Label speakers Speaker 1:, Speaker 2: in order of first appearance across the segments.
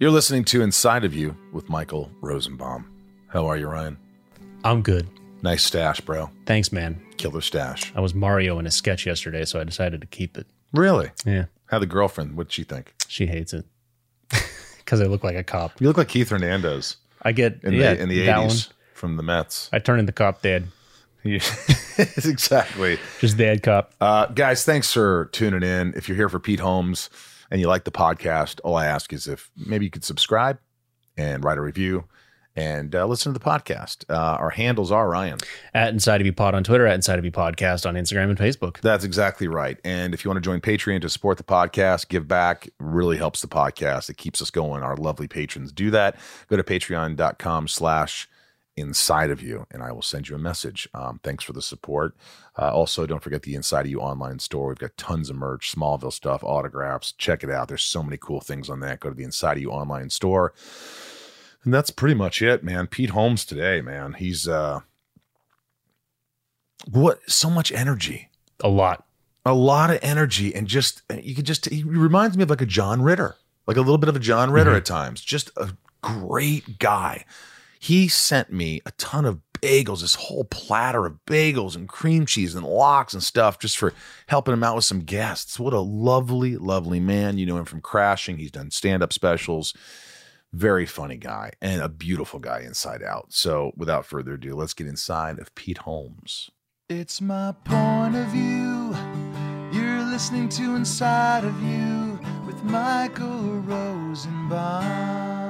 Speaker 1: You're listening to Inside of You with Michael Rosenbaum. How are you, Ryan?
Speaker 2: I'm good.
Speaker 1: Nice stash, bro.
Speaker 2: Thanks, man.
Speaker 1: Killer stash.
Speaker 2: I was Mario in a sketch yesterday, so I decided to keep it.
Speaker 1: Really?
Speaker 2: Yeah,
Speaker 1: How the girlfriend? What'd she think?
Speaker 2: she hates it because I look like a cop.
Speaker 1: You look like Keith Hernandez
Speaker 2: I get
Speaker 1: in
Speaker 2: yeah
Speaker 1: the in the
Speaker 2: that
Speaker 1: eighties
Speaker 2: one.
Speaker 1: from the Mets.
Speaker 2: I turn into cop dad,
Speaker 1: You- exactly.
Speaker 2: just dad cop.
Speaker 1: Uh, guys, thanks for tuning in. If you're here for Pete Holmes and you like the podcast, all I ask is if maybe you could subscribe and write a review and uh, listen to the podcast. Uh, our handles are Ryan.
Speaker 2: At Inside of You Pod on Twitter, at Inside of You Podcast on Instagram and Facebook.
Speaker 1: That's exactly right. And if you want to join Patreon to support the podcast, give back really helps the podcast. It keeps us going. Our lovely patrons do that. Go to patreon.com slash inside of you and I will send you a message. Um, thanks for the support. Uh, also, don't forget the Inside of You online store. We've got tons of merch, Smallville stuff, autographs. Check it out. There's so many cool things on that. Go to the Inside of You online store. And that's pretty much it, man. Pete Holmes today, man. He's uh what so much energy
Speaker 2: A lot.
Speaker 1: a lot of energy and just uh, you could just he reminds me of like a John Ritter, like a little bit of a John Ritter at times. Just a great guy. He sent me a ton of bagels, this whole platter of bagels and cream cheese and lox and stuff just for helping him out with some guests. What a lovely, lovely man. You know him from Crashing. He's done stand-up specials. Very funny guy and a beautiful guy inside out. So, without further ado, let's get inside of Pete Holmes. It's my point of view. You're listening to Inside of You with Michael Rosenbaum.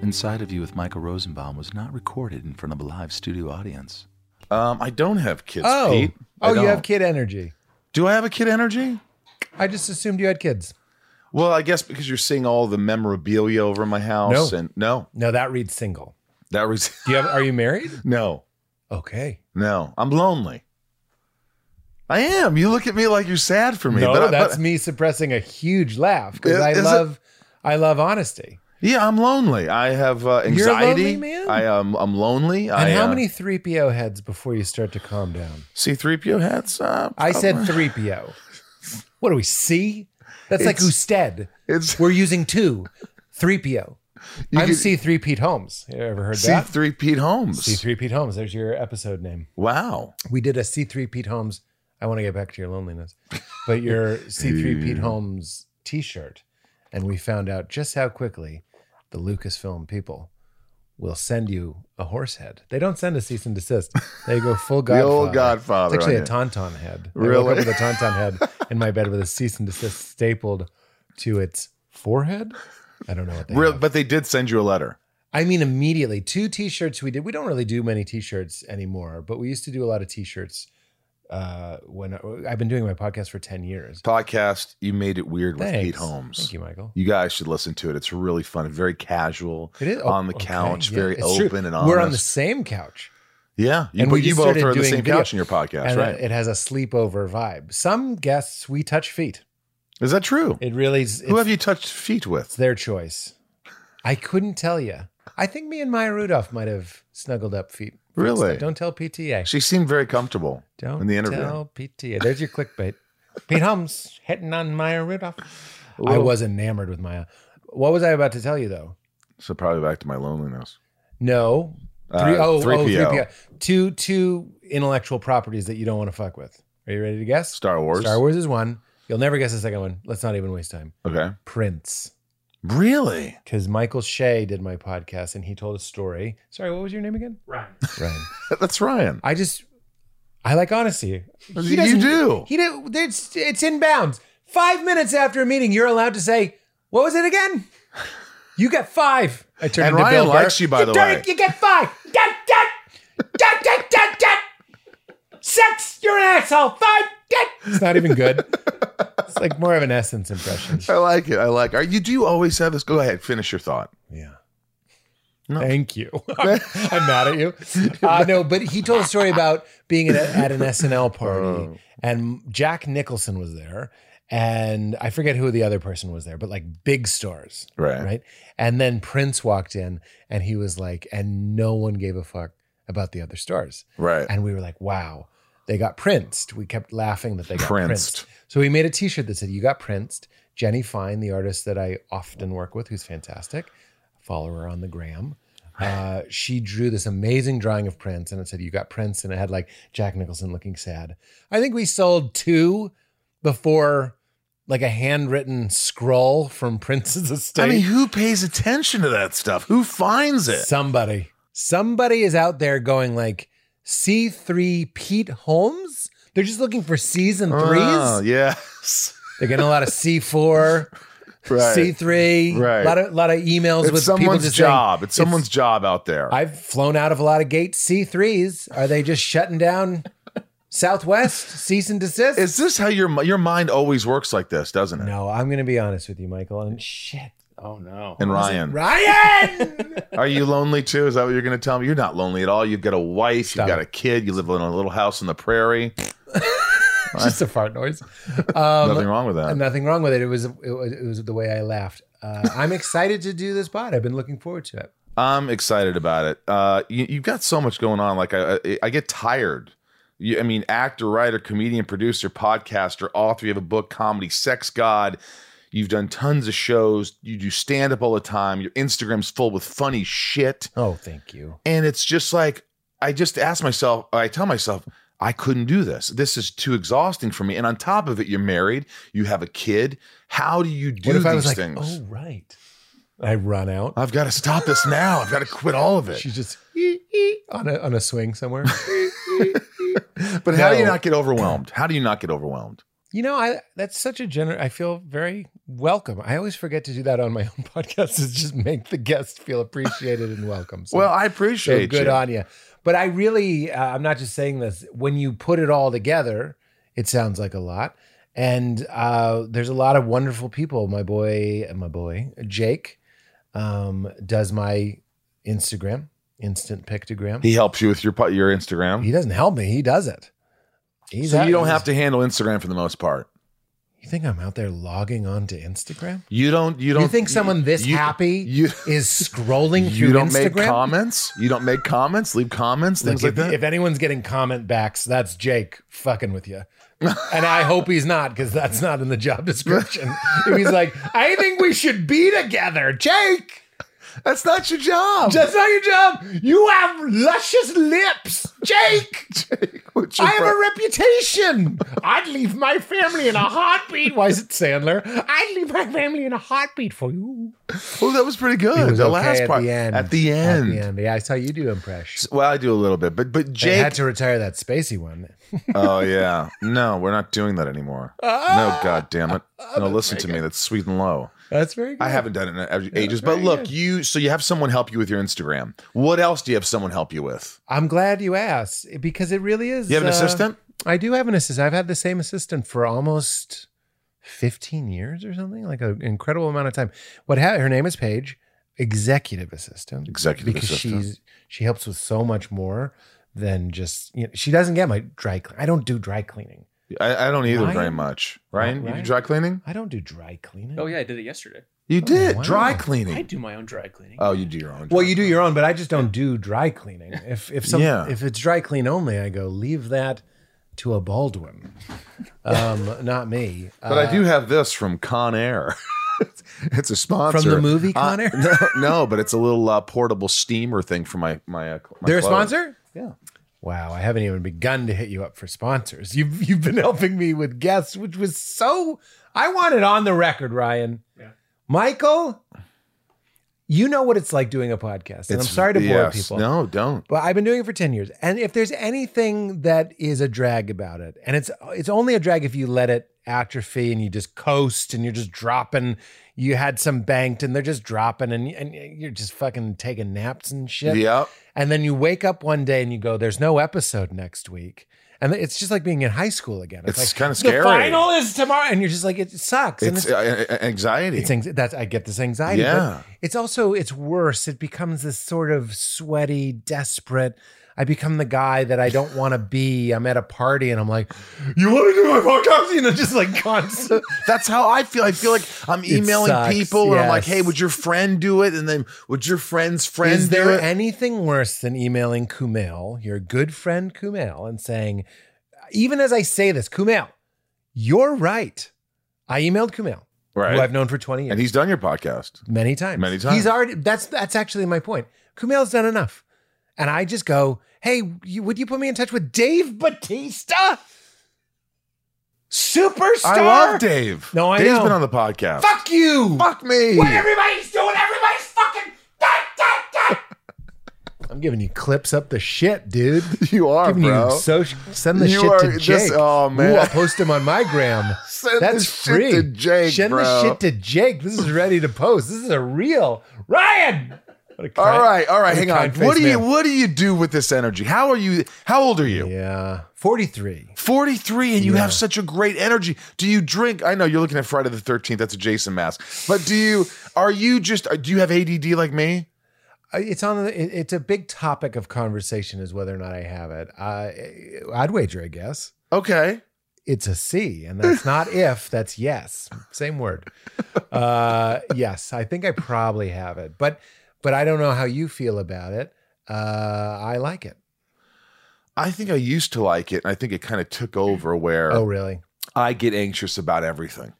Speaker 1: Inside of You with Michael Rosenbaum was not recorded in front of a live studio audience. Um, I don't have kids,
Speaker 3: Oh,
Speaker 1: Pete. I
Speaker 3: oh, you have
Speaker 1: don't.
Speaker 3: kid energy.
Speaker 1: Do I have a kid energy?
Speaker 3: I just assumed you had kids.
Speaker 1: Well, I guess because you're seeing all the memorabilia over my house,
Speaker 3: No.
Speaker 1: and no,
Speaker 3: No, that reads single.
Speaker 1: that was
Speaker 3: Do you have? Are you married?
Speaker 1: no,
Speaker 3: Okay.
Speaker 1: no. I'm lonely. I am. You look at me like you're sad for me.
Speaker 3: no,
Speaker 1: but I-
Speaker 3: that's
Speaker 1: but-
Speaker 3: me suppressing a huge laugh because
Speaker 1: Yeah,
Speaker 3: I
Speaker 1: is it-
Speaker 3: love, I love honesty.
Speaker 1: Yeah, I'm lonely. I have uh,
Speaker 3: You're a
Speaker 1: anxiety.
Speaker 3: lonely man?
Speaker 1: I am. I'm lonely.
Speaker 3: And
Speaker 1: I,
Speaker 3: how
Speaker 1: uh,
Speaker 3: many three PO heads before you start to calm down?
Speaker 1: C-3PO hats? Uh,
Speaker 3: I said
Speaker 1: probably-
Speaker 3: three PO. What do we see? That's like
Speaker 1: It's-
Speaker 3: Usted.
Speaker 1: it's-
Speaker 3: We're using two, three PO.
Speaker 1: You
Speaker 3: I'm
Speaker 1: could-
Speaker 3: C three Pete Holmes. You ever heard that?
Speaker 1: C3 Pete Holmes.
Speaker 3: C three Pete Holmes. There's your episode name.
Speaker 1: Wow.
Speaker 3: we did a C3 Pete Holmes. I want to get back to your loneliness, but your C3 Pete Holmes t shirt. And we found out just how quickly the Lucasfilm people will send you a horse head. They don't send a cease and desist, they go full
Speaker 1: The
Speaker 3: Godfather.
Speaker 1: old Godfather
Speaker 3: It's actually
Speaker 1: on
Speaker 3: a tauntaun head. I
Speaker 1: Really?
Speaker 3: woke up with a tauntaun head in my bed with a cease and desist stapled to its forehead. I don't know what they
Speaker 1: Real,
Speaker 3: have.
Speaker 1: but they did send you a letter.
Speaker 3: I mean, immediately two t-shirts we did. We don't really do many t-shirts anymore, but we used to do a lot of t-shirts. Uh, when I, have been doing my podcast for ten years.
Speaker 1: Podcast, you made it weird with Pete
Speaker 3: Thanks.
Speaker 1: Holmes.
Speaker 3: Thank you, Michael.
Speaker 1: You guys should listen to it. It's really fun, very casual.
Speaker 3: It is oh,
Speaker 1: on the
Speaker 3: okay,
Speaker 1: couch,
Speaker 3: yeah,
Speaker 1: very
Speaker 3: it's
Speaker 1: open
Speaker 3: true.
Speaker 1: and honest.
Speaker 3: We're on the same couch,
Speaker 1: yeah. You,
Speaker 3: and
Speaker 1: but
Speaker 3: we
Speaker 1: you
Speaker 3: just
Speaker 1: both
Speaker 3: started
Speaker 1: are on the
Speaker 3: doing
Speaker 1: same
Speaker 3: video.
Speaker 1: couch in your podcast,
Speaker 3: and uh,
Speaker 1: right? Is
Speaker 3: it has a sleepover vibe. Some guests we touch feet.
Speaker 1: that true?
Speaker 3: It really is.
Speaker 1: Who
Speaker 3: it's-
Speaker 1: have you touched feet
Speaker 3: It's
Speaker 1: with?
Speaker 3: their choice. I couldn't tell you. I think me and Maya Rudolph might have snuggled up feet.
Speaker 1: Really?
Speaker 3: Don't tell PTA.
Speaker 1: She seemed very comfortable
Speaker 3: Don't
Speaker 1: in the interview.
Speaker 3: tell PTA. There's your clickbait. Pete Holmes hitting on Maya Rudolph. I was enamored with Maya. What was I about to tell you though?
Speaker 1: So probably back to my loneliness.
Speaker 3: No.
Speaker 1: Uh,
Speaker 3: Three, oh, oh,
Speaker 1: 3PO.
Speaker 3: 3PO. Two two intellectual properties that you don't want to fuck with. Are you ready to guess?
Speaker 1: Star Wars.
Speaker 3: Star Wars is one. You'll never guess the second one. Let's not even waste time.
Speaker 1: Okay.
Speaker 3: Prince.
Speaker 1: Really?
Speaker 3: Because Michael Shea did my podcast and he told a story. Sorry, what was your name again? Ryan. Ryan.
Speaker 1: That's Ryan.
Speaker 3: I just I like honesty. He
Speaker 1: You
Speaker 3: doesn't-
Speaker 1: do.
Speaker 3: He did. It's it's in bounds. Five minutes after a meeting, you're allowed to say, "What was it again?" You get five. I turned
Speaker 1: And
Speaker 3: into
Speaker 1: Ryan
Speaker 3: Bill
Speaker 1: likes
Speaker 3: Burr.
Speaker 1: you, by the
Speaker 3: dirty-
Speaker 1: way.
Speaker 3: You get five. Dot, dot, dot, dot, dot, dot. sex, you're an asshole. Five, get. It's not even good. It's like more of an essence impression.
Speaker 1: I like it. I like. Are you? Do you always have this? Go ahead. Finish your thought.
Speaker 3: Yeah. Thank you. I'm mad at you. Uh, no, but he told a story about being at, a, at an SNL party, and Jack Nicholson was there, and I forget who the other person was there, but like big stars,
Speaker 1: Right.
Speaker 3: Right, and then Prince walked in, and he was like, and no one gave a fuck about the other stars,
Speaker 1: Right.
Speaker 3: and we were like, wow, they got Princed. We kept laughing that they got Princed.
Speaker 1: Princed.
Speaker 3: So we made a T-shirt that said, "You got Princed." Jenny Fine, the artist that I often work with, who's fantastic, follow her on the gram. Uh, she drew this amazing drawing of Prince, and it said, "You got Prince," and it had like Jack Nicholson looking sad. I think we sold two before, like a handwritten scroll from Prince's estate.
Speaker 1: I mean, who pays attention to that stuff? Who finds it?
Speaker 3: Somebody. Somebody is out there going like C3 Pete Holmes. They're just looking for season threes.
Speaker 1: Oh, yes.
Speaker 3: They're getting a lot of C4,
Speaker 1: Right.
Speaker 3: C3,
Speaker 1: Right.
Speaker 3: a lot of, lot of emails
Speaker 1: It's
Speaker 3: with people
Speaker 1: someone's
Speaker 3: just
Speaker 1: job.
Speaker 3: Saying,
Speaker 1: it's someone's job out there.
Speaker 3: I've flown out of a lot of gate C3s. Are they just shutting down Southwest? Cease and desist?
Speaker 1: Is this how your mi- your mind always works like this, doesn't it?
Speaker 3: no, I'm going to be honest with you, Michael. And shit.
Speaker 2: Oh no.
Speaker 1: And Ryan,
Speaker 3: Ryan!
Speaker 1: are you lonely too? Is that what you're going to tell me? You're not lonely at all. You've got a wife.
Speaker 3: Stop
Speaker 1: you've got
Speaker 3: it.
Speaker 1: a kid. You live in a little house on the prairie.
Speaker 3: just a fart noise. Um,
Speaker 1: Nothing wrong with
Speaker 3: Uh,
Speaker 1: that.
Speaker 3: nothing wrong with it. It was it was, it was the way I laughed. Uh, I'm excited to do this pod. I've been looking forward to it.
Speaker 1: I'm excited about it. Uh, you, you've got so much going on. Like I, I, I get tired. You, I mean, actor, writer, comedian, producer, podcaster, author. You have a book, comedy, sex god. You've done tons of shows. You do stand up all the time. Your Instagram's full with funny shit.
Speaker 3: Oh, thank you.
Speaker 1: And it's just like, I just ask myself, I tell myself, I couldn't do this. This is too exhausting for me. And on top of it, you're married, you have a kid. How do you do
Speaker 3: what if
Speaker 1: these
Speaker 3: I was like,
Speaker 1: things?
Speaker 3: oh right, I run out.
Speaker 1: I've got to stop this now. I've got to quit all of it.
Speaker 3: She's just on a on a swing somewhere.
Speaker 1: But how do you
Speaker 3: No.
Speaker 1: not get overwhelmed? How do you not get overwhelmed?
Speaker 3: you know, I that's such a gener. I feel very welcome. I always forget to do that on my own podcast. Is just make the guest feel appreciated and welcome. So-
Speaker 1: Well, I
Speaker 3: so
Speaker 1: appreciate
Speaker 3: good
Speaker 1: you.
Speaker 3: on you. But I really, uh, I'm not just saying this. When you put it all together, it sounds like a lot. And uh, there's a lot of wonderful people. My boy, uh, my boy Jake, um, does my Instagram instant pictogram.
Speaker 1: he helps you with your po- your Instagram.
Speaker 3: He doesn't help me. He does it. He's
Speaker 1: so
Speaker 3: out-
Speaker 1: you don't
Speaker 3: he's-
Speaker 1: have to handle Instagram for the most part.
Speaker 3: You think I'm out there logging on to Instagram?
Speaker 1: You don't. You
Speaker 3: You,
Speaker 1: don't
Speaker 3: think someone this
Speaker 1: you-
Speaker 3: happy
Speaker 1: You
Speaker 3: is scrolling through
Speaker 1: you don't
Speaker 3: Instagram?
Speaker 1: make comments. You don't make comments. Leave comments. Things
Speaker 3: Look,
Speaker 1: like
Speaker 3: if,
Speaker 1: that.
Speaker 3: if anyone's getting comment backs, that's Jake fucking with you. and I hope he's not because that's not in the job description. if he's like, I think we should be together, Jake.
Speaker 1: That's not your job.
Speaker 3: That's not your job. You have luscious lips, Jake.
Speaker 1: What's your
Speaker 3: I have
Speaker 1: pro-
Speaker 3: a reputation. I'd leave my family in a heartbeat. Why is it Sandler? I'd leave my family in a heartbeat for you.
Speaker 1: Well, Oh, that was pretty
Speaker 3: It
Speaker 1: good.
Speaker 3: was
Speaker 1: the
Speaker 3: okay
Speaker 1: last
Speaker 3: at
Speaker 1: part
Speaker 3: the end.
Speaker 1: At the end.
Speaker 3: At the end. Yeah, I saw you do impression.
Speaker 1: Well, I do a little bit, but but
Speaker 3: Jake. They had
Speaker 1: Jake.
Speaker 3: to retire that spacey one.
Speaker 1: oh yeah, no, we're not doing that anymore. no, god damn it. No, listen to me. That's sweet and low.
Speaker 3: That's very good.
Speaker 1: I haven't done it in ages, but look, you. So you have someone help you with your Instagram. What else do you have someone help you with?
Speaker 3: I'm glad you asked eh, because it really is.
Speaker 1: You have an
Speaker 3: uh,
Speaker 1: assistant.
Speaker 3: I do have an assistant. I've had the same assistant for almost 15 years or something, like an incredible amount of time. What ha- her name is Paige, executive assistant.
Speaker 1: Executive
Speaker 3: because
Speaker 1: assistant.
Speaker 3: she's she helps with so much more than just you know, she doesn't get my dry clean. I don't do dry cleaning.
Speaker 1: I, I don't either
Speaker 3: Ryan?
Speaker 1: very much. Ryan, you do
Speaker 3: Ryan?
Speaker 1: dry cleaning?
Speaker 3: I don't do dry cleaning.
Speaker 2: Oh yeah, I did it yesterday.
Speaker 1: You did
Speaker 3: wow.
Speaker 1: dry
Speaker 2: I
Speaker 1: cleaning.
Speaker 2: do my own dry cleaning.
Speaker 1: Oh, you do your own.
Speaker 3: Well,
Speaker 1: dry
Speaker 3: you do your own, but I just don't do dry cleaning. If if some
Speaker 1: Yeah.
Speaker 3: if it's dry clean only, I go leave that to a Baldwin, um, not me.
Speaker 1: But I
Speaker 3: Uh,
Speaker 1: do have this from Con Air. it's a sponsor
Speaker 3: From the movie Con
Speaker 1: Uh,
Speaker 3: Air?
Speaker 1: no, no, but it's a little uh, portable steamer thing for my my. Uh, cl- my
Speaker 3: They're a
Speaker 1: clothes.
Speaker 3: sponsor?
Speaker 1: Yeah.
Speaker 3: Wow, I haven't even begun to hit you up for sponsors. You've you've been helping me with guests, which was so I want it on the record, Ryan.
Speaker 2: Yeah.
Speaker 3: Michael, you know what it's like doing a podcast. And I'm sorry to bore
Speaker 1: yes.
Speaker 3: people.
Speaker 1: No, don't.
Speaker 3: But I've been doing it for 10 years. And if there's anything that is a drag about it, and it's it's only a drag if you let it atrophy and you just coast and you're just dropping, you had some banked and they're just dropping and, and you're just fucking taking naps and shit.
Speaker 1: Yep.
Speaker 3: And then you wake up one day and you go, there's no episode next week. and it's just like being in high school again.
Speaker 1: It's
Speaker 3: like,
Speaker 1: kinda
Speaker 3: "The
Speaker 1: scary."
Speaker 3: final is tomorrow, and you're just like, it sucks. and
Speaker 1: It's uh, uh, anxiety.
Speaker 3: It's anx- that's I get this anxiety.
Speaker 1: Yeah.
Speaker 3: But it's also it's worse. It becomes this sort of sweaty, desperate. I become the guy that I don't want to be. I'm at a party and I'm like, "You want to do my podcast?" You know, just like constant.
Speaker 1: That's how I feel. I feel like I'm emailing
Speaker 3: sucks,
Speaker 1: people and I'm like,
Speaker 3: yes.
Speaker 1: hey, would your friend do it? And then would your friend's friend
Speaker 3: Is there
Speaker 1: do it?
Speaker 3: anything worse than emailing Kumail, your good friend Kumail, and saying, even as I say this, Kumail, you're right. I emailed Kumail, who I've known for 20 years.
Speaker 1: And he's done your podcast.
Speaker 3: many times.
Speaker 1: Many times.
Speaker 3: He's already. That's that's actually my point. Kumail's done enough, and I just go, "Hey, you, would you put me in touch with Dave Batista, superstar?"
Speaker 1: I love Dave.
Speaker 3: No, I
Speaker 1: Dave's
Speaker 3: know.
Speaker 1: been on the podcast.
Speaker 3: Fuck you.
Speaker 1: Fuck me.
Speaker 3: everybody's doing, everybody's fucking. I'm giving you clips up the shit, dude.
Speaker 1: You are,
Speaker 3: Giving
Speaker 1: bro.
Speaker 3: you so send the
Speaker 1: You
Speaker 3: shit
Speaker 1: are
Speaker 3: to
Speaker 1: just-
Speaker 3: Jake.
Speaker 1: oh, man.
Speaker 3: Ooh, I'll post him on my gram.
Speaker 1: Send
Speaker 3: That's
Speaker 1: the shit
Speaker 3: free.
Speaker 1: to Jake,
Speaker 3: Send
Speaker 1: bro.
Speaker 3: the shit to Jake. This is ready to post. This is a real Ryan. What a kind-
Speaker 1: all right, all right,
Speaker 3: what a
Speaker 1: hang on.
Speaker 3: kind-faced
Speaker 1: What do you
Speaker 3: man.
Speaker 1: what do you do with this energy? How are you how old are you?
Speaker 3: Yeah, forty-three.
Speaker 1: 43 and you
Speaker 3: Yeah.
Speaker 1: have such a great energy. Do you drink? I know you're looking at Friday the 13th. That's a Jason mask. But do you are you just uh, do you have ADD like me?
Speaker 3: I- It's on. The, it- it's a big topic of conversation is whether or not I have it. I, I'd wager, I guess,
Speaker 1: Okay.
Speaker 3: it's a C, and that's not if, that's yes. Same word. Uh, yes, I think I probably have it, but but I don't know how you feel about it. Uh, I like it.
Speaker 1: I think I used to like it and I think it kind of took over where
Speaker 3: Oh, really?
Speaker 1: I get anxious about everything.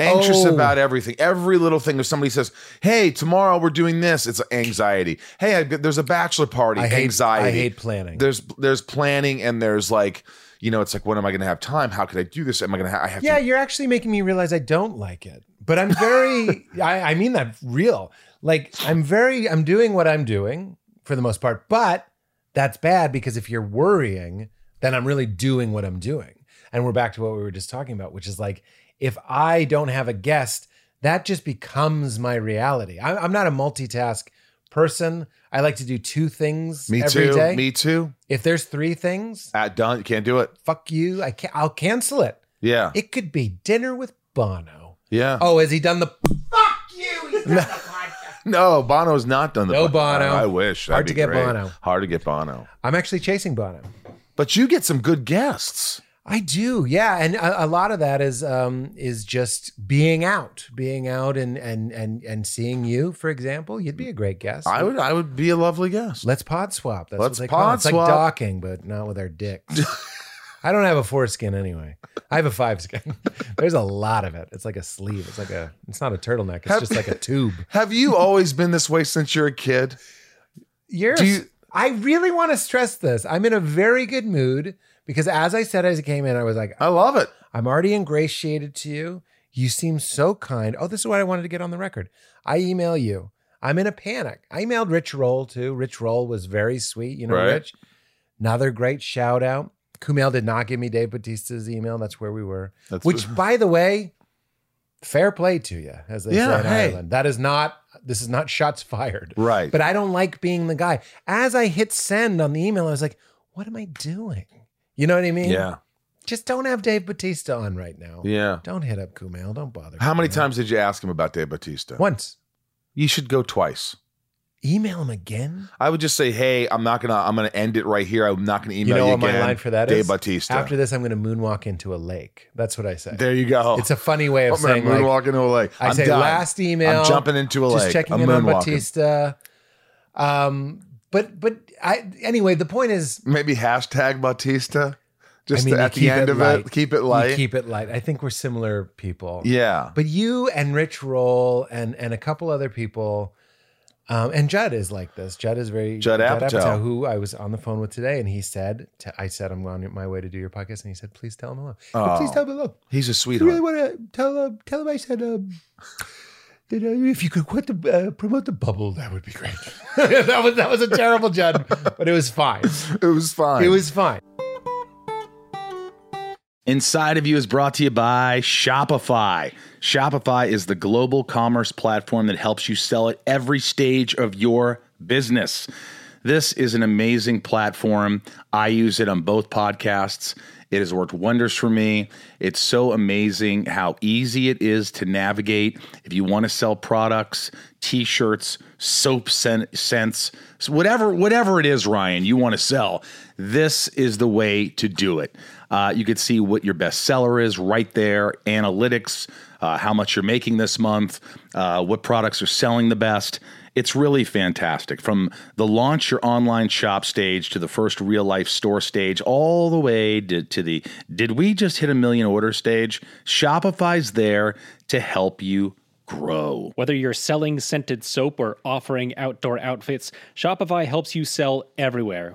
Speaker 1: Anxious
Speaker 3: Oh.
Speaker 1: about everything. Every little thing. If somebody says, "Hey, tomorrow we're doing this," it's anxiety. Hey, I, there's a bachelor party.
Speaker 3: I hate
Speaker 1: anxiety.
Speaker 3: I hate planning.
Speaker 1: there's there's planning and there's like you know it's like when am I going to have time? How could I do this? Am I going to? Ha- I have
Speaker 3: Yeah,
Speaker 1: to.
Speaker 3: you're actually making me realize I don't like it. But I'm very I, I mean that real. Like I'm very I'm doing what I'm doing for the most part, but that's bad because if you're worrying, then I'm really doing what I'm doing. And we're back to what we were just talking about, which is like if I don't have a guest, that just becomes my reality. I'm, I'm not a multitask person. I like to do two things
Speaker 1: Me
Speaker 3: every
Speaker 1: too.
Speaker 3: day.
Speaker 1: Me too.
Speaker 3: If there's three things,
Speaker 1: At done, can't do it.
Speaker 3: fuck you. I can't, I'll cancel it.
Speaker 1: Yeah,
Speaker 3: It could be dinner with Bono.
Speaker 1: yeah.
Speaker 3: Oh, has he done the
Speaker 1: No, Bono's not done the.
Speaker 3: No Bono.
Speaker 1: I wish.
Speaker 3: Hard
Speaker 1: That'd
Speaker 3: to
Speaker 1: be
Speaker 3: get
Speaker 1: great.
Speaker 3: Bono.
Speaker 1: Hard to get Bono.
Speaker 3: I'm actually chasing Bono.
Speaker 1: But you get some good guests.
Speaker 3: I do, yeah, and a, a lot of that is um is just being out, being out, and and and and seeing you, for example. You'd be a great guest.
Speaker 1: I would. I would be a lovely guest.
Speaker 3: Let's pod swap. That's
Speaker 1: Let's
Speaker 3: what they call it.
Speaker 1: pod
Speaker 3: It's like
Speaker 1: swap.
Speaker 3: docking, but not with our dicks. I don't have a foreskin anyway. I have a five skin. There's a lot of it. It's like a sleeve. It's like a. It's not a turtleneck. It's
Speaker 1: Have-
Speaker 3: just like a tube.
Speaker 1: Have you always been this way since you're a kid?
Speaker 3: Yes.
Speaker 1: Do you-
Speaker 3: I really want to stress this. I'm in a very good mood because, as I said as I came in, I was like, "Oh,
Speaker 1: I love it.
Speaker 3: I'm already ingratiated to you. You seem so kind. Oh, this is what I wanted to get on the record. I email you. I'm in a panic. I emailed Rich Roll too. Rich Roll was very sweet. You know,
Speaker 1: Right.
Speaker 3: Rich. Another great shout out. Kumail did not give me Dave Batista's email. That's where we were.
Speaker 1: That's
Speaker 3: Which, by the way, fair play to you, as they
Speaker 1: Yeah,
Speaker 3: say in
Speaker 1: hey.
Speaker 3: Ireland. That is not. This is not shots fired.
Speaker 1: right.
Speaker 3: But I don't like being the guy. As I hit send on the email, I was like, what am I doing? You know what I mean?
Speaker 1: yeah,
Speaker 3: Just don't have Dave Batista on right now.
Speaker 1: yeah.
Speaker 3: Don't hit up Kumail. Don't bother.
Speaker 1: How many
Speaker 3: Kumail.
Speaker 1: times did you ask him about Dave Batista?
Speaker 3: Once.
Speaker 1: You should go twice.
Speaker 3: Email him again.
Speaker 1: I would just say, hey, I'm not gonna, I'm gonna end it right here. I'm not gonna email you,
Speaker 3: you know what
Speaker 1: again.
Speaker 3: my line for that is?
Speaker 1: Dave Bautista.
Speaker 3: After this, I'm going to moonwalk into a lake. That's what I say.
Speaker 1: there you go.
Speaker 3: It's a funny way of
Speaker 1: I'm gonna
Speaker 3: saying like,
Speaker 1: moonwalk into a lake.
Speaker 3: I
Speaker 1: I'm
Speaker 3: say
Speaker 1: done.
Speaker 3: last email.
Speaker 1: I'm jumping into a
Speaker 3: just
Speaker 1: lake.
Speaker 3: checking
Speaker 1: I'm
Speaker 3: in on
Speaker 1: moonwalking.
Speaker 3: Batista. Um, but but I anyway. The point is,
Speaker 1: Maybe hashtag Bautista. Just
Speaker 3: I mean,
Speaker 1: at
Speaker 3: you
Speaker 1: the
Speaker 3: keep
Speaker 1: end of
Speaker 3: light.
Speaker 1: it, keep it
Speaker 3: You
Speaker 1: light.
Speaker 3: keep it light. I think we're similar people.
Speaker 1: yeah.
Speaker 3: But you and Rich Roll and and a couple other people, um, and Judd is like this. Judd is very
Speaker 1: Judd Apatow.
Speaker 3: who I was on the phone with today, and he said, to, "I said I'm on my way to do your podcast," and he said, "Please tell him hello.
Speaker 1: Oh.
Speaker 3: Please tell him hello.
Speaker 1: He's a
Speaker 3: I really
Speaker 1: sweetheart.
Speaker 3: want to tell him. Tell him I said." Um, that, uh, if you could quit the, uh, promote the bubble, that would be great. that was that was a terrible Judd, but it was fine.
Speaker 1: It was fine.
Speaker 3: It was fine.
Speaker 4: Inside of You is brought to you by Shopify. Shopify is the global commerce platform that helps you sell at every stage of your business. This is an amazing platform. I use it on both podcasts. It has worked wonders for me. It's so amazing how easy it is to navigate. If you want to sell products, t-shirts, soap sen- scents, so whatever whatever it is, Ryan, you want to sell, this is the way to do it. Uh, you could see what your best seller is right there, analytics, uh, how much you're making this month, uh, what products are selling the best. It's really fantastic. From the launch your online shop stage to the first real life store stage, all the way to, to the did we just hit a million order stage? Shopify's there to help you grow.
Speaker 5: Whether you're selling scented soap or offering outdoor outfits, Shopify helps you sell everywhere.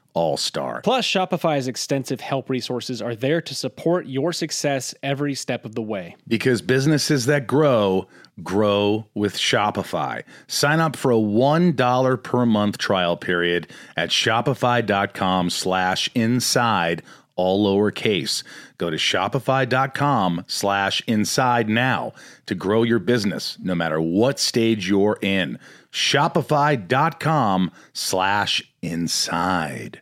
Speaker 4: all star.
Speaker 5: Plus, Shopify's extensive help resources are there to support your success every step of the way.
Speaker 4: Because businesses that grow, grow with Shopify. Sign up for a $1 per month trial period at shopify.com slash inside, all lowercase. Go to shopify.com slash inside now to grow your business, no matter what stage you're in. Shopify.com slash inside.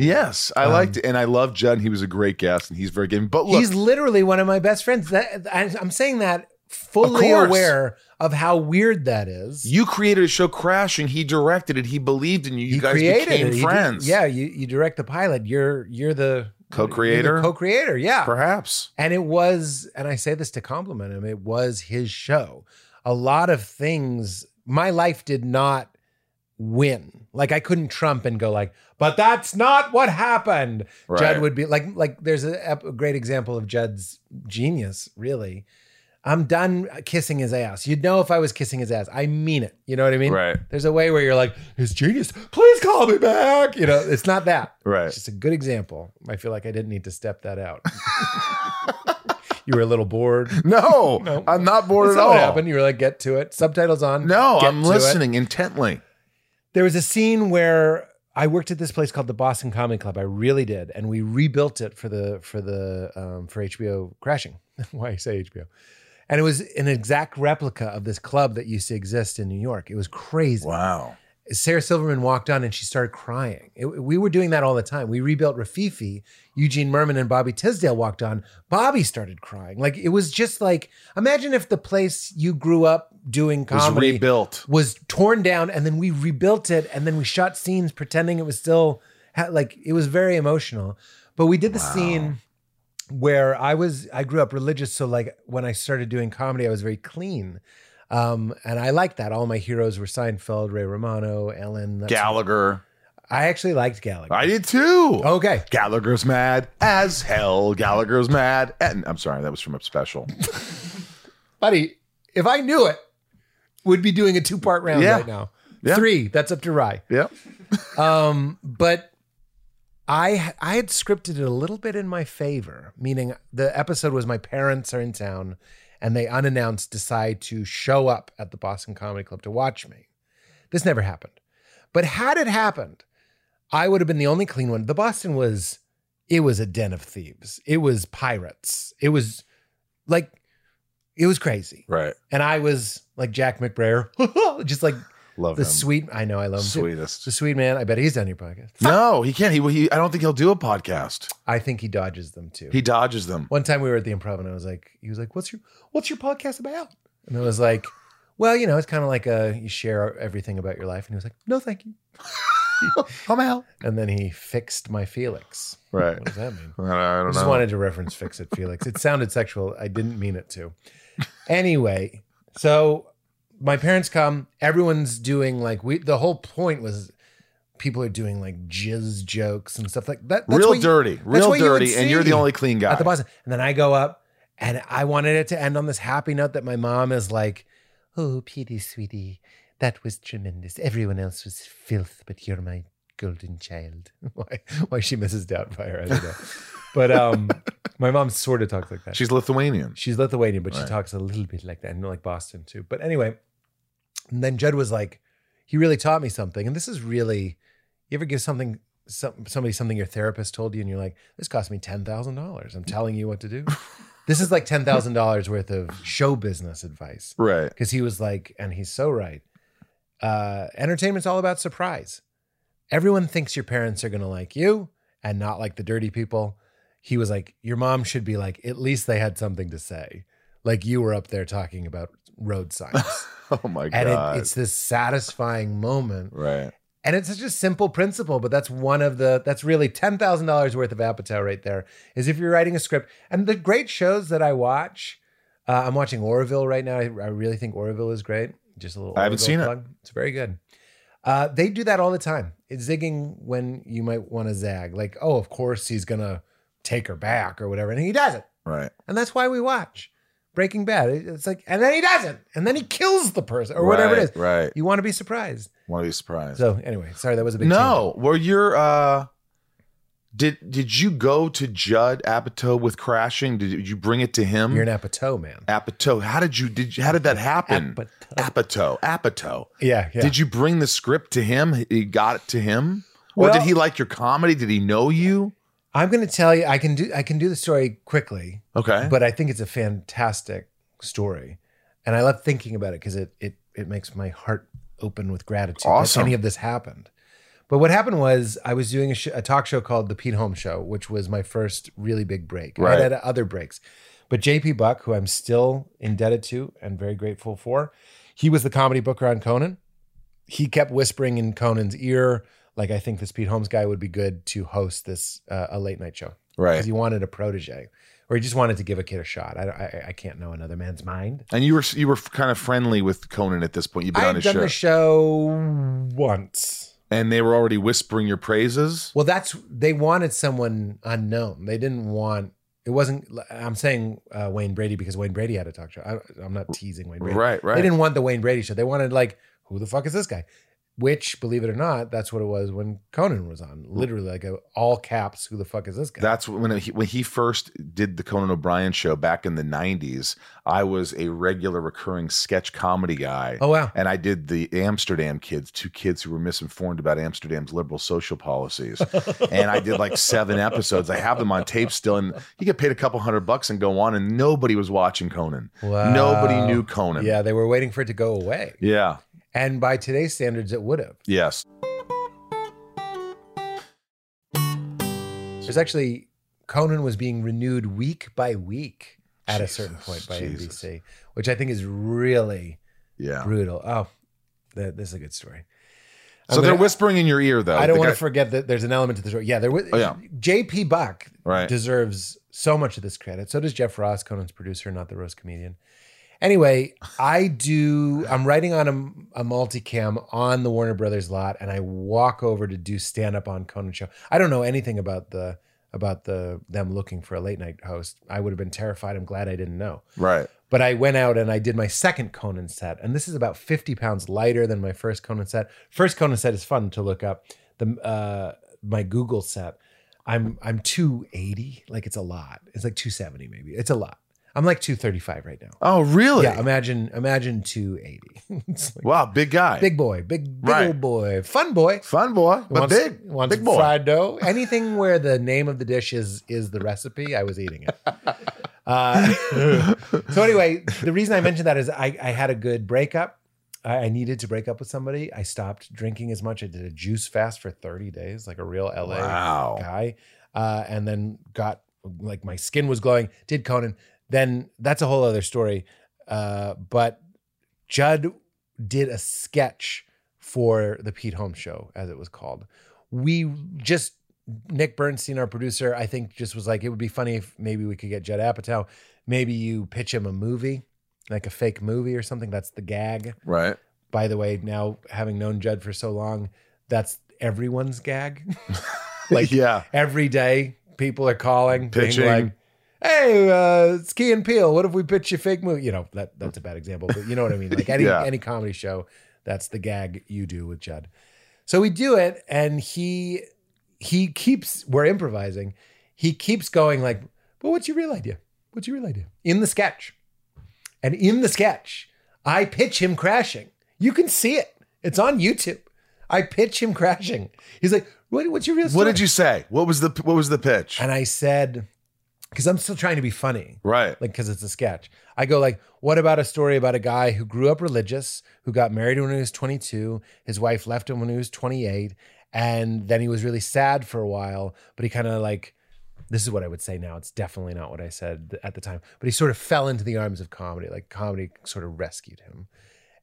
Speaker 1: Yes,
Speaker 3: Um,
Speaker 1: I liked it, and I love Judd. He was a great guest, and he's very giving. But look,
Speaker 3: He's literally one of my best friends. That I, I'm saying that fully
Speaker 1: course.
Speaker 3: aware of how weird that is.
Speaker 1: you created a show, Crashing. He directed it. He believed in you. You
Speaker 3: He
Speaker 1: guys
Speaker 3: it.
Speaker 1: became
Speaker 3: You di-
Speaker 1: friends.
Speaker 3: yeah, you, you direct the pilot. You're you're the
Speaker 1: Co-creator?
Speaker 3: you're the co-creator, yeah.
Speaker 1: perhaps.
Speaker 3: And it was, and I say this to compliment him, it was his show. A lot of things, my life did not win. Like I couldn't trump and go like, but that's not what happened.
Speaker 1: Right.
Speaker 3: Judd would be like, like there's a, ep- a great example of Judd's genius, really. I'm done kissing his ass. You'd know if I was kissing his ass. I mean it. You know what I mean?
Speaker 1: Right.
Speaker 3: There's a way where you're like, his genius, please call me back. You know, it's not that.
Speaker 1: Right.
Speaker 3: It's just a good example. I feel like I didn't need to step that out. you were a little bored.
Speaker 1: No,
Speaker 3: No.
Speaker 1: I'm not bored
Speaker 3: That's
Speaker 1: at
Speaker 3: not
Speaker 1: all.
Speaker 3: what happened. You were like, get to it. Subtitles on.
Speaker 1: No,
Speaker 3: Get
Speaker 1: I'm
Speaker 3: to it.
Speaker 1: listening intently.
Speaker 3: There was a scene where I worked at this place called the Boston Comedy Club. I really did, and we rebuilt it for the for the um, for HBO crashing. Why I say HBO? And it was an exact replica of this club that used to exist in New York. It was crazy.
Speaker 1: Wow.
Speaker 3: Sarah Silverman walked on and she started crying. It- we were doing that all the time. We rebuilt Rafifi. Eugene Merman and Bobby Tisdale walked on. Bobby started crying. Like it was just like imagine if the place you grew up doing
Speaker 1: It was
Speaker 3: comedy
Speaker 1: rebuilt.
Speaker 3: was torn down and then we rebuilt it and then we shot scenes pretending it was still ha- like it was very emotional but we did the scene where i was i grew up religious so like when i started doing comedy i was very clean um and i liked that all my heroes were seinfeld ray romano ellen that's-
Speaker 1: Gallagher.
Speaker 3: i actually liked gallagher
Speaker 1: I did too.
Speaker 3: okay
Speaker 1: Oh. Gallagher's mad as hell. Gallagher's mad. And I'm sorry, that was from a special.
Speaker 3: buddy if i knew it would be doing a two-part round
Speaker 1: Yeah.
Speaker 3: right now
Speaker 1: Yeah.
Speaker 3: three that's up to rye
Speaker 1: Yep.
Speaker 3: um, but I I had scripted it a little bit in my favor, meaning the episode was my parents are in town, and they unannounced decide to show up at the Boston Comedy Club to watch me. This never happened, but had it happened, I would have been the only clean one. The Boston was it was a den of thieves. It was pirates. It was like it was crazy,
Speaker 1: Right.
Speaker 3: and I was like Jack McBrayer, just like
Speaker 1: Love
Speaker 3: the
Speaker 1: him.
Speaker 3: sweet. I know I love him too.
Speaker 1: Sweetest.
Speaker 3: It's a sweet man. I bet he's done your podcast.
Speaker 1: No, he can't. He, he I don't think he'll do a podcast.
Speaker 3: I think he dodges them too.
Speaker 1: He dodges them.
Speaker 3: One time we were at the improv and I was like, he was like, what's your what's your podcast about? And I was like, well, you know, it's kind of like uh you share everything about your life. And he was like, no, thank you.
Speaker 1: Come out.
Speaker 3: And then he fixed my Felix.
Speaker 1: Right.
Speaker 3: What does that mean?
Speaker 1: I don't
Speaker 3: I
Speaker 1: know.
Speaker 3: just wanted to reference Fix It Felix. It sounded sexual. I didn't mean it to. Anyway, so my parents come. Everyone's doing like we. The whole point was people are doing like jizz jokes and stuff like that. That's
Speaker 1: real
Speaker 3: what you-
Speaker 1: dirty, real
Speaker 3: what you would
Speaker 1: dirty, and you're the
Speaker 3: see
Speaker 1: only clean guy.
Speaker 3: at the bus. And then I go up and I wanted it to end on this happy note that my mom is like, Oh, Petey, sweetie, that was tremendous. Everyone else was filth, but you're my golden child. why, why she misses Doubtfire, I don't know. but um, my mom sort of talks like that.
Speaker 1: She's Lithuanian.
Speaker 3: She's Lithuanian, but she
Speaker 1: Right.
Speaker 3: talks a little bit like that, and like Boston too. But anyway, and then Judd was like, he really taught me something, and this is really, you ever give something some, somebody something your therapist told you, and you're like, this cost me ten thousand dollars. I'm telling you what to do. this is like ten thousand dollars worth of show business advice
Speaker 1: Right.
Speaker 3: because he was like, and he's so right. Uh, entertainment's all about surprise. Everyone thinks your parents are gonna like you and not like the dirty people. He was like, your mom should be like, at least they had something to say. Like you were up there talking about road signs,
Speaker 1: Oh my
Speaker 3: and
Speaker 1: god.
Speaker 3: it, it's this satisfying moment.
Speaker 1: right.
Speaker 3: And it's such a simple principle, but that's one of the that's really ten thousand dollars worth of apatow right there. Is if you're writing a script, and the great shows that I watch, uh, I'm watching Oroville right now. I, I really think Oroville is great. Just a little.
Speaker 1: I haven't
Speaker 3: Orville
Speaker 1: seen it.
Speaker 3: plug. It's very good. Uh, they do that all the time. It's zigging when you might want to zag, like, oh, of course he's gonna take her back or whatever, and he doesn't.
Speaker 1: Right.
Speaker 3: And that's why we watch Breaking Bad. It- It's like, and then he doesn't, and then he kills the person or whatever it
Speaker 1: Right,
Speaker 3: is.
Speaker 1: Right.
Speaker 3: You want to be surprised.
Speaker 1: Want to be surprised.
Speaker 3: So anyway, sorry that was a big tangent.
Speaker 1: no. Were your uh did did you go to Judd Apatow with crashing? Did you- you bring it to him?
Speaker 3: You're an Apatow man.
Speaker 1: Apatow. How did you did you, how did that happen? Apatow. Apatow.
Speaker 3: Yeah, yeah.
Speaker 1: Did you bring the script to him? He got it to him? or
Speaker 3: Well-
Speaker 1: did he like your comedy? Did he know you?
Speaker 3: I'm going to tell you. I can do. I can do the story quickly,
Speaker 1: Okay.
Speaker 3: but I think it's a fantastic story, and I love thinking about it because it it it makes my heart open with gratitude. that
Speaker 1: Awesome.
Speaker 3: any of this happened. But what happened was I was doing a, sh- a talk show called The Pete Holmes Show, which was my first really big break. I
Speaker 1: Right.
Speaker 3: had had other breaks, but J.P. Buck, who I'm still indebted to and very grateful for, he was the comedy booker on Conan. He kept whispering in Conan's ear, like, "I think this Pete Holmes guy would be good to host this uh, a late night show." because
Speaker 1: right.
Speaker 3: he wanted a protege or he just wanted to give a kid a shot. I, I, I can't know another man's mind.
Speaker 1: and you were you were kind of friendly with Conan at this point. You've been
Speaker 3: I
Speaker 1: on
Speaker 3: had
Speaker 1: his
Speaker 3: done
Speaker 1: show.
Speaker 3: the show once.
Speaker 1: and they were already whispering your praises.
Speaker 3: Well, that's they wanted someone unknown. They didn't want it wasn't. I'm saying uh, Wayne Brady because Wayne Brady had a talk show. I, I'm not teasing Wayne Brady.
Speaker 1: Right, right.
Speaker 3: They didn't want the Wayne Brady show. They wanted like who the fuck is this guy? Which, believe it or not, that's what it was when Conan was on.
Speaker 1: Hmm.
Speaker 3: Literally, like a, all caps. Who the fuck is this guy?
Speaker 1: That's when he, when he first did the Conan O'Brien show back in the '90s. I was a regular, recurring sketch comedy guy,
Speaker 3: oh wow.
Speaker 1: and I did the Amsterdam kids, two kids who were misinformed about Amsterdam's liberal social policies. and I did like seven episodes. I have them on tape still, and you get paid a couple hundred bucks and go on, and nobody was watching Conan.
Speaker 3: Wow.
Speaker 1: Nobody knew Conan.
Speaker 3: Yeah, they were waiting for it to go away.
Speaker 1: yeah,
Speaker 3: And by today's standards, it would have.
Speaker 1: yes.
Speaker 3: There's actually Conan was being renewed week by week at a certain
Speaker 1: Jesus,
Speaker 3: point by
Speaker 1: Jesus.
Speaker 3: NBC, which I think is really
Speaker 1: Yeah.
Speaker 3: brutal. Oh, that, this is a good story. I'm
Speaker 1: So they're
Speaker 3: gonna-
Speaker 1: whispering in your ear, though.
Speaker 3: I don't
Speaker 1: The
Speaker 3: want
Speaker 1: guy-
Speaker 3: to forget that there's an element to the story. Yeah, there was.
Speaker 1: Oh, yeah.
Speaker 3: J.P. Buck
Speaker 1: Right.
Speaker 3: deserves so much of this credit. So does Jeff Ross, Conan's producer, not the roast comedian. Anyway, I do. I'm writing on a, a multicam on the Warner Brothers lot, and I walk over to do stand up on Conan show. I don't know anything about the about the them looking for a late night host. I would have been terrified. I'm glad I didn't know.
Speaker 1: Right.
Speaker 3: But I went out and I did my second Conan set, and this is about 50 pounds lighter than my first Conan set. First Conan set is fun to look up. The uh, my Google set, I'm I'm 280, like it's a lot. It's like 270 maybe. It's a lot. I'm like 235 right now.
Speaker 1: Oh, really?
Speaker 3: Yeah, imagine imagine 280. It's like
Speaker 1: wow, big guy.
Speaker 3: big boy, big big
Speaker 1: Right.
Speaker 3: old boy, fun boy.
Speaker 1: Fun boy, but
Speaker 3: Wants-
Speaker 1: big.
Speaker 3: wants
Speaker 1: big boy.
Speaker 3: fried dough. Anything where the name of the dish is is the recipe, I was eating it. Uh, so anyway, the reason I mentioned that is I, I had a good breakup. I, I needed to break up with somebody. I stopped drinking as much. I did a juice fast for 30 days, like a real LA
Speaker 1: Wow.
Speaker 3: guy, uh, and then got like my skin was glowing. Did Conan? Then that's a whole other story. Uh, but Judd did a sketch for the Pete Holmes show, as it was called. We just Nick Bernstein, our producer, I think just was like it would be funny if maybe we could get Judd Apatow. Maybe you pitch him a movie. like a fake movie or something. That's the gag.
Speaker 1: Right.
Speaker 3: By the way, now having known Judd for so long, that's everyone's gag. like
Speaker 1: yeah.
Speaker 3: every day, people are calling,
Speaker 1: Pitching.
Speaker 3: being like, "Hey, uh, it's Key and Peele. What if we pitch a fake movie?" You know, that that's a bad example, but you know what I mean. Like any
Speaker 1: Yeah.
Speaker 3: any comedy show, that's the gag you do with Judd. So we do it, and he he keeps we're improvising. He keeps going like, "But what's your real idea? What's your real idea?" In the sketch, and in the sketch, I pitch him crashing. You can see it. It's on YouTube. I pitch him crashing. He's like, what, "What's your real?"
Speaker 1: What
Speaker 3: story?"
Speaker 1: did you say? What was the what was the pitch?
Speaker 3: And I said, because I'm still trying to be funny,
Speaker 1: Right.
Speaker 3: like because it's a sketch. I go like, what about a story about a guy who grew up religious, who got married when he was 22, his wife left him when he was 28, and then he was really sad for a while, but he kind of like, this is what I would say now. It's definitely not what I said th- at the time, but he sort of fell into the arms of comedy. Like comedy sort of rescued him.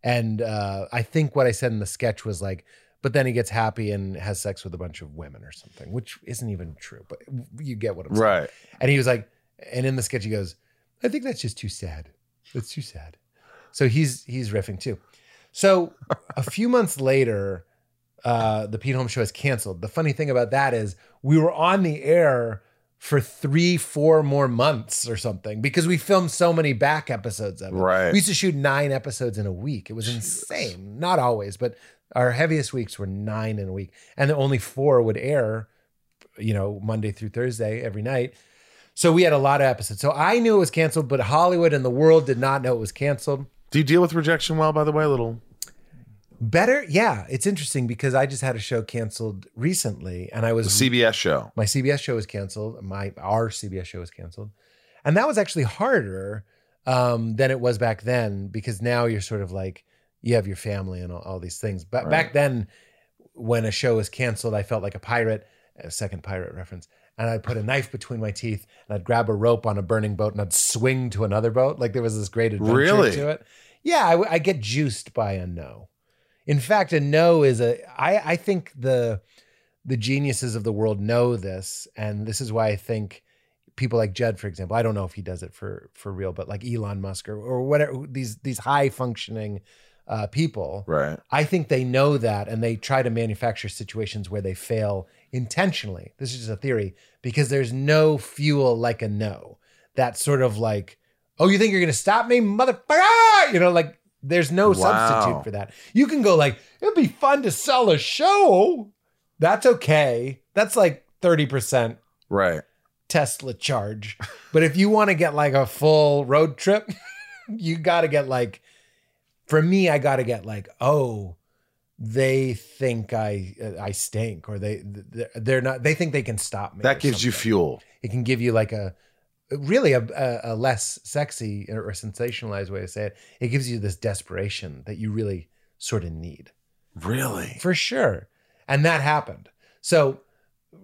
Speaker 3: And uh, I think what I said in the sketch was like, but then he gets happy and has sex with a bunch of women or something, which isn't even true, but you get what I'm saying.
Speaker 1: right.
Speaker 3: And he was like, and in the sketch he goes, I think that's just too sad. That's too sad. So he's he's riffing too. So a few months later, uh, the Pete Holmes show is canceled. The funny thing about that is we were on the air for three, four more months or something because we filmed so many back episodes of it.
Speaker 1: Right.
Speaker 3: We used to shoot nine episodes in a week. It was insane. Not always, but our heaviest weeks were nine in a week, and only four would air. You know, Monday through Thursday every night. So we had a lot of episodes. So I knew it was canceled, but Hollywood and the world did not know it was canceled.
Speaker 1: Do you deal with rejection well, by the way, a little?
Speaker 3: Better, yeah. It's interesting because I just had a show canceled recently, and I was
Speaker 1: The CBS show.
Speaker 3: my CBS show was canceled. My our CBS show was canceled, and that was actually harder um, than it was back then because now you're sort of like you have your family and all, all these things. But back then, when a show was canceled, I felt like a pirate. A second pirate reference. And I'd put a knife between my teeth, and I'd grab a rope on a burning boat, and I'd swing to another boat. Like there was this great adventure
Speaker 1: Really?
Speaker 3: to it. Yeah, I, w- I get juiced by a no. In fact, a no is a. I I think the the geniuses of the world know this and this is why i think people like judd for example i don't know if he does it for for real but like elon musk or, or whatever these these high functioning uh, people
Speaker 1: Right.
Speaker 3: i think they know that and they try to manufacture situations where they fail intentionally this is just a theory because there's no fuel like a no that sort of like oh you think you're gonna stop me motherfucker you know like there's no
Speaker 1: Wow.
Speaker 3: substitute for that you can go like it'd be fun to sell a show that's okay. That's like 30%
Speaker 1: Right.
Speaker 3: Tesla charge. But if you want to get like a full road trip, you got to get like, for me, I got to get like, oh, they think I I stink, or they they're- they're not. They think they can stop me.
Speaker 1: That
Speaker 3: or
Speaker 1: gives you
Speaker 3: something.
Speaker 1: fuel.
Speaker 3: It can give you like a really a, a, a less sexy or sensationalized way to say it. It gives you this desperation that you really sort of need.
Speaker 1: Really?
Speaker 3: For sure. And that happened. So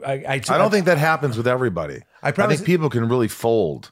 Speaker 3: I, I,
Speaker 1: I don't think that happens with everybody.
Speaker 3: I
Speaker 1: I
Speaker 3: promise.
Speaker 1: think people can really fold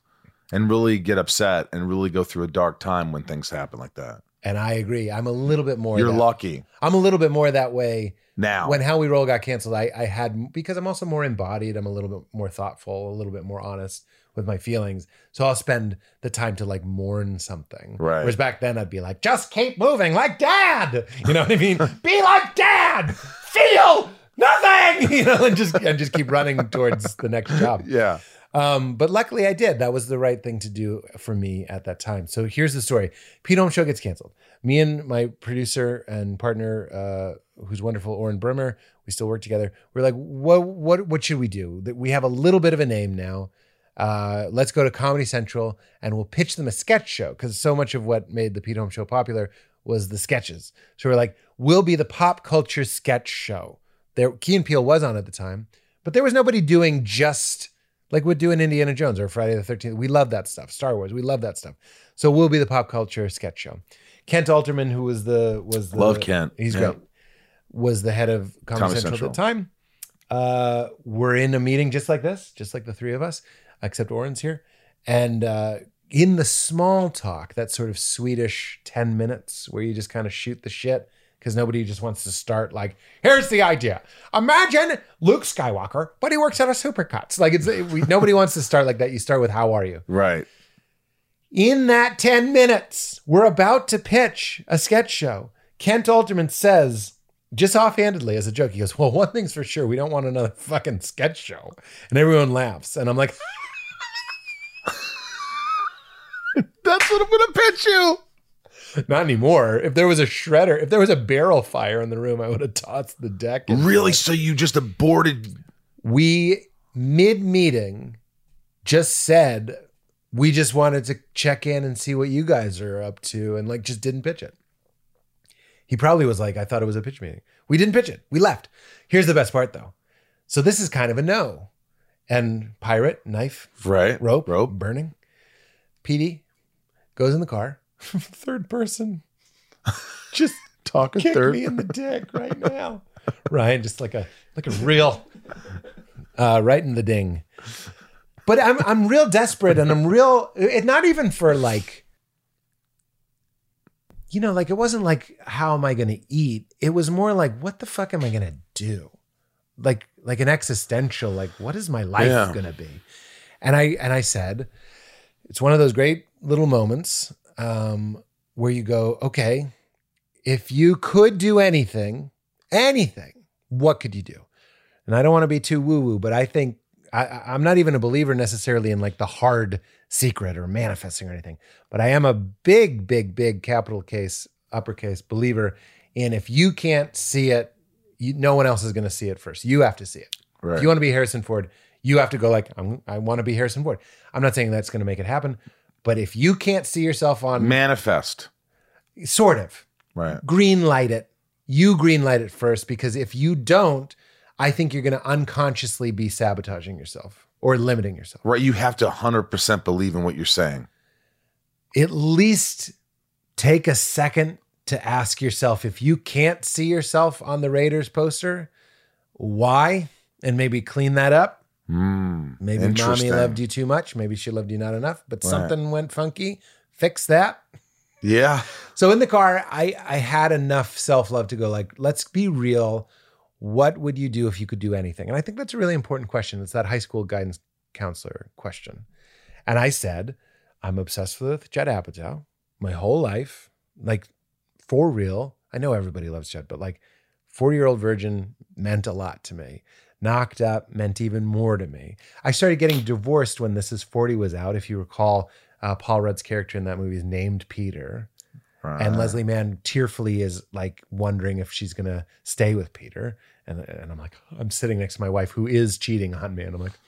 Speaker 1: and really get upset and really go through a dark time when things happen like that.
Speaker 3: and I agree. I'm a little bit more.
Speaker 1: You're
Speaker 3: that,
Speaker 1: lucky
Speaker 3: I'm a little bit more that way.
Speaker 1: now.
Speaker 3: Oh, When How We Roll got canceled, I, I had because I'm also more embodied. I'm a little bit more thoughtful, a little bit more honest with my feelings. So I'll spend the time to like mourn something.
Speaker 1: Right.
Speaker 3: Whereas back then I'd be like, just keep moving, like dad. You know what I mean? be like dad. Feel nothing. You know, and just and just keep running towards the next job.
Speaker 1: yeah.
Speaker 3: Um, but luckily I did. That was the right thing to do for me at that time. So here's the story. Pete Holmes show gets canceled. Me and my producer and partner, uh, who's wonderful, Oren Bremer, we still work together. We're like, what, what, what should we do? That we have a little bit of a name now. Uh, let's go to Comedy Central and we'll pitch them a sketch show because so much of what made the Pete Holmes show popular was the sketches. So we're like, we'll be the pop culture sketch show. There, Key and Peele was on at the time, but there was nobody doing just like we're doing Indiana Jones or Friday the 13th. We love that stuff. Star Wars, we love that stuff. So we'll be the pop culture sketch show. Kent Alterman, who was the was the
Speaker 1: Love Kent.
Speaker 3: he's
Speaker 1: Yeah.
Speaker 3: great, was the head of Comedy,
Speaker 1: Comedy Central.
Speaker 3: Central, at the time. Uh, we're in a meeting just like this, just like the three of us, except Oren's here, and uh, in the small talk, that sort of Swedish ten minutes where you just kind of shoot the shit because nobody just wants to start like, here's the idea. Imagine Luke Skywalker, but he works at a Supercuts. Like it's we, nobody wants to start like that. You start with how are you?
Speaker 1: Right.
Speaker 3: In that 10 minutes, we're about to pitch a sketch show. Kent Alterman says, just offhandedly as a joke, he goes, Well, one thing's for sure, we don't want another fucking sketch show. And everyone laughs. And I'm like,
Speaker 1: That's what I'm gonna pitch you.
Speaker 3: Not anymore. If there was a shredder, if there was a barrel fire in the room, I would have tossed the deck. and-
Speaker 1: Really? So you just aborted?
Speaker 3: we mid meeting just said we just wanted to check in and see what you guys are up to and like just didn't pitch it. He probably was like, I thought it was a pitch meeting. We didn't pitch it. We left. Here's the best part though. So this is kind of a no. And pirate, knife,
Speaker 1: Right.
Speaker 3: rope,
Speaker 1: Rope.
Speaker 3: burning. PD goes in the car. third person. Just
Speaker 1: Talk a
Speaker 3: kick
Speaker 1: third.
Speaker 3: me in the dick right now. Ryan, just like a like a real uh, right in the ding. But I'm I'm real desperate and I'm real it not even for like you know, like it wasn't like how am I gonna eat? It was more like what the fuck am I gonna do? Like like an existential, like what is my life
Speaker 1: Yeah.
Speaker 3: gonna be? And I and I said, it's one of those great little moments um, where you go, okay, if you could do anything, anything, what could you do? And I don't want to be too woo woo, but I think I, I- I'm not even a believer necessarily in like the hard secret or manifesting or anything, but I am a big, big, big capital case, uppercase believer in if you can't see it, you, no one else is going to see it first. You have to see it.
Speaker 1: Right.
Speaker 3: If you want to be Harrison Ford, you have to go like I'm, I want to be Harrison Ford. I'm not saying that's going to make it happen, but if you can't see yourself on
Speaker 1: Manifest.
Speaker 3: sort of
Speaker 1: Right.
Speaker 3: green light it, you green light it first because if you don't, I think you're going to unconsciously be sabotaging yourself or limiting yourself.
Speaker 1: Right. You have to 100% believe in what you're saying.
Speaker 3: At least take a second to ask yourself if you can't see yourself on the Raiders poster, why? And maybe clean that up.
Speaker 1: Mm,
Speaker 3: Maybe mommy
Speaker 1: interesting.
Speaker 3: loved you too much. Maybe she loved you not enough, but
Speaker 1: Right.
Speaker 3: something went funky. Fix that.
Speaker 1: Yeah.
Speaker 3: So in the car, I I had enough self love to go like, let's be real. What would you do if you could do anything? And I think that's a really important question. It's that high school guidance counselor question. And I said, I'm obsessed with Judd Apatow my whole life, like for real. I know everybody loves Judd, but like 40 year old virgin meant a lot to me. Knocked up meant even more to me. I started getting divorced when This Is 40 was out. If you recall, uh, Paul Rudd's character in that movie is named Peter
Speaker 1: Right.
Speaker 3: and Leslie Mann tearfully is like wondering if she's gonna stay with Peter. And and I'm like, I'm sitting next to my wife who is cheating on me, and I'm like,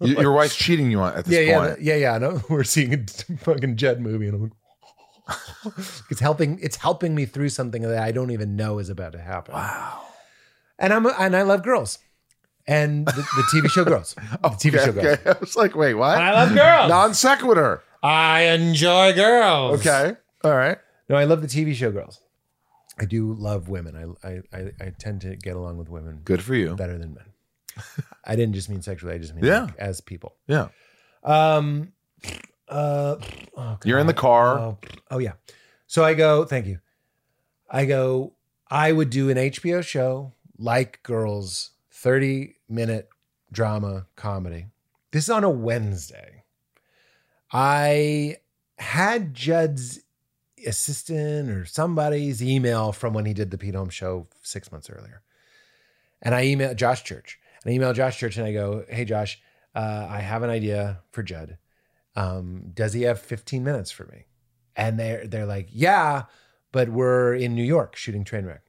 Speaker 1: Y- your wife's cheating you on at this
Speaker 3: yeah, yeah,
Speaker 1: point.
Speaker 3: yeah, yeah. I know we're seeing a fucking Jed movie, and I'm like, it's helping. It's helping me through something that I don't even know is about to happen. Wow. And I'm and I love girls, and the, the TV show Girls, the TV show Girls.
Speaker 1: okay. I was like, wait, what?
Speaker 5: I love girls.
Speaker 1: Non sequitur.
Speaker 3: I enjoy girls.
Speaker 1: Okay. All right.
Speaker 3: No, I love the TV show Girls. I do love women. I I I, I tend to get along with women
Speaker 1: Good for you.
Speaker 3: better than men. I didn't just mean sexually. I just mean
Speaker 1: Yeah.
Speaker 3: like, as people.
Speaker 1: Yeah.
Speaker 3: Um, uh, oh,
Speaker 1: You're in the
Speaker 3: God.
Speaker 1: car.
Speaker 3: Oh, oh, yeah. So I go. Thank you. I go. I would do an HBO show like Girls, thirty minute drama comedy. This is on a Wednesday. I had Judd's assistant or somebody's email from when he did the Pete Holmes show six months earlier. And I emailed Josh Church. And I emailed Josh Church and I go, hey, Josh, uh, I have an idea for Judd. Um, does he have 15 minutes for me? And they're, they're like, yeah, but we're in New York shooting Trainwreck.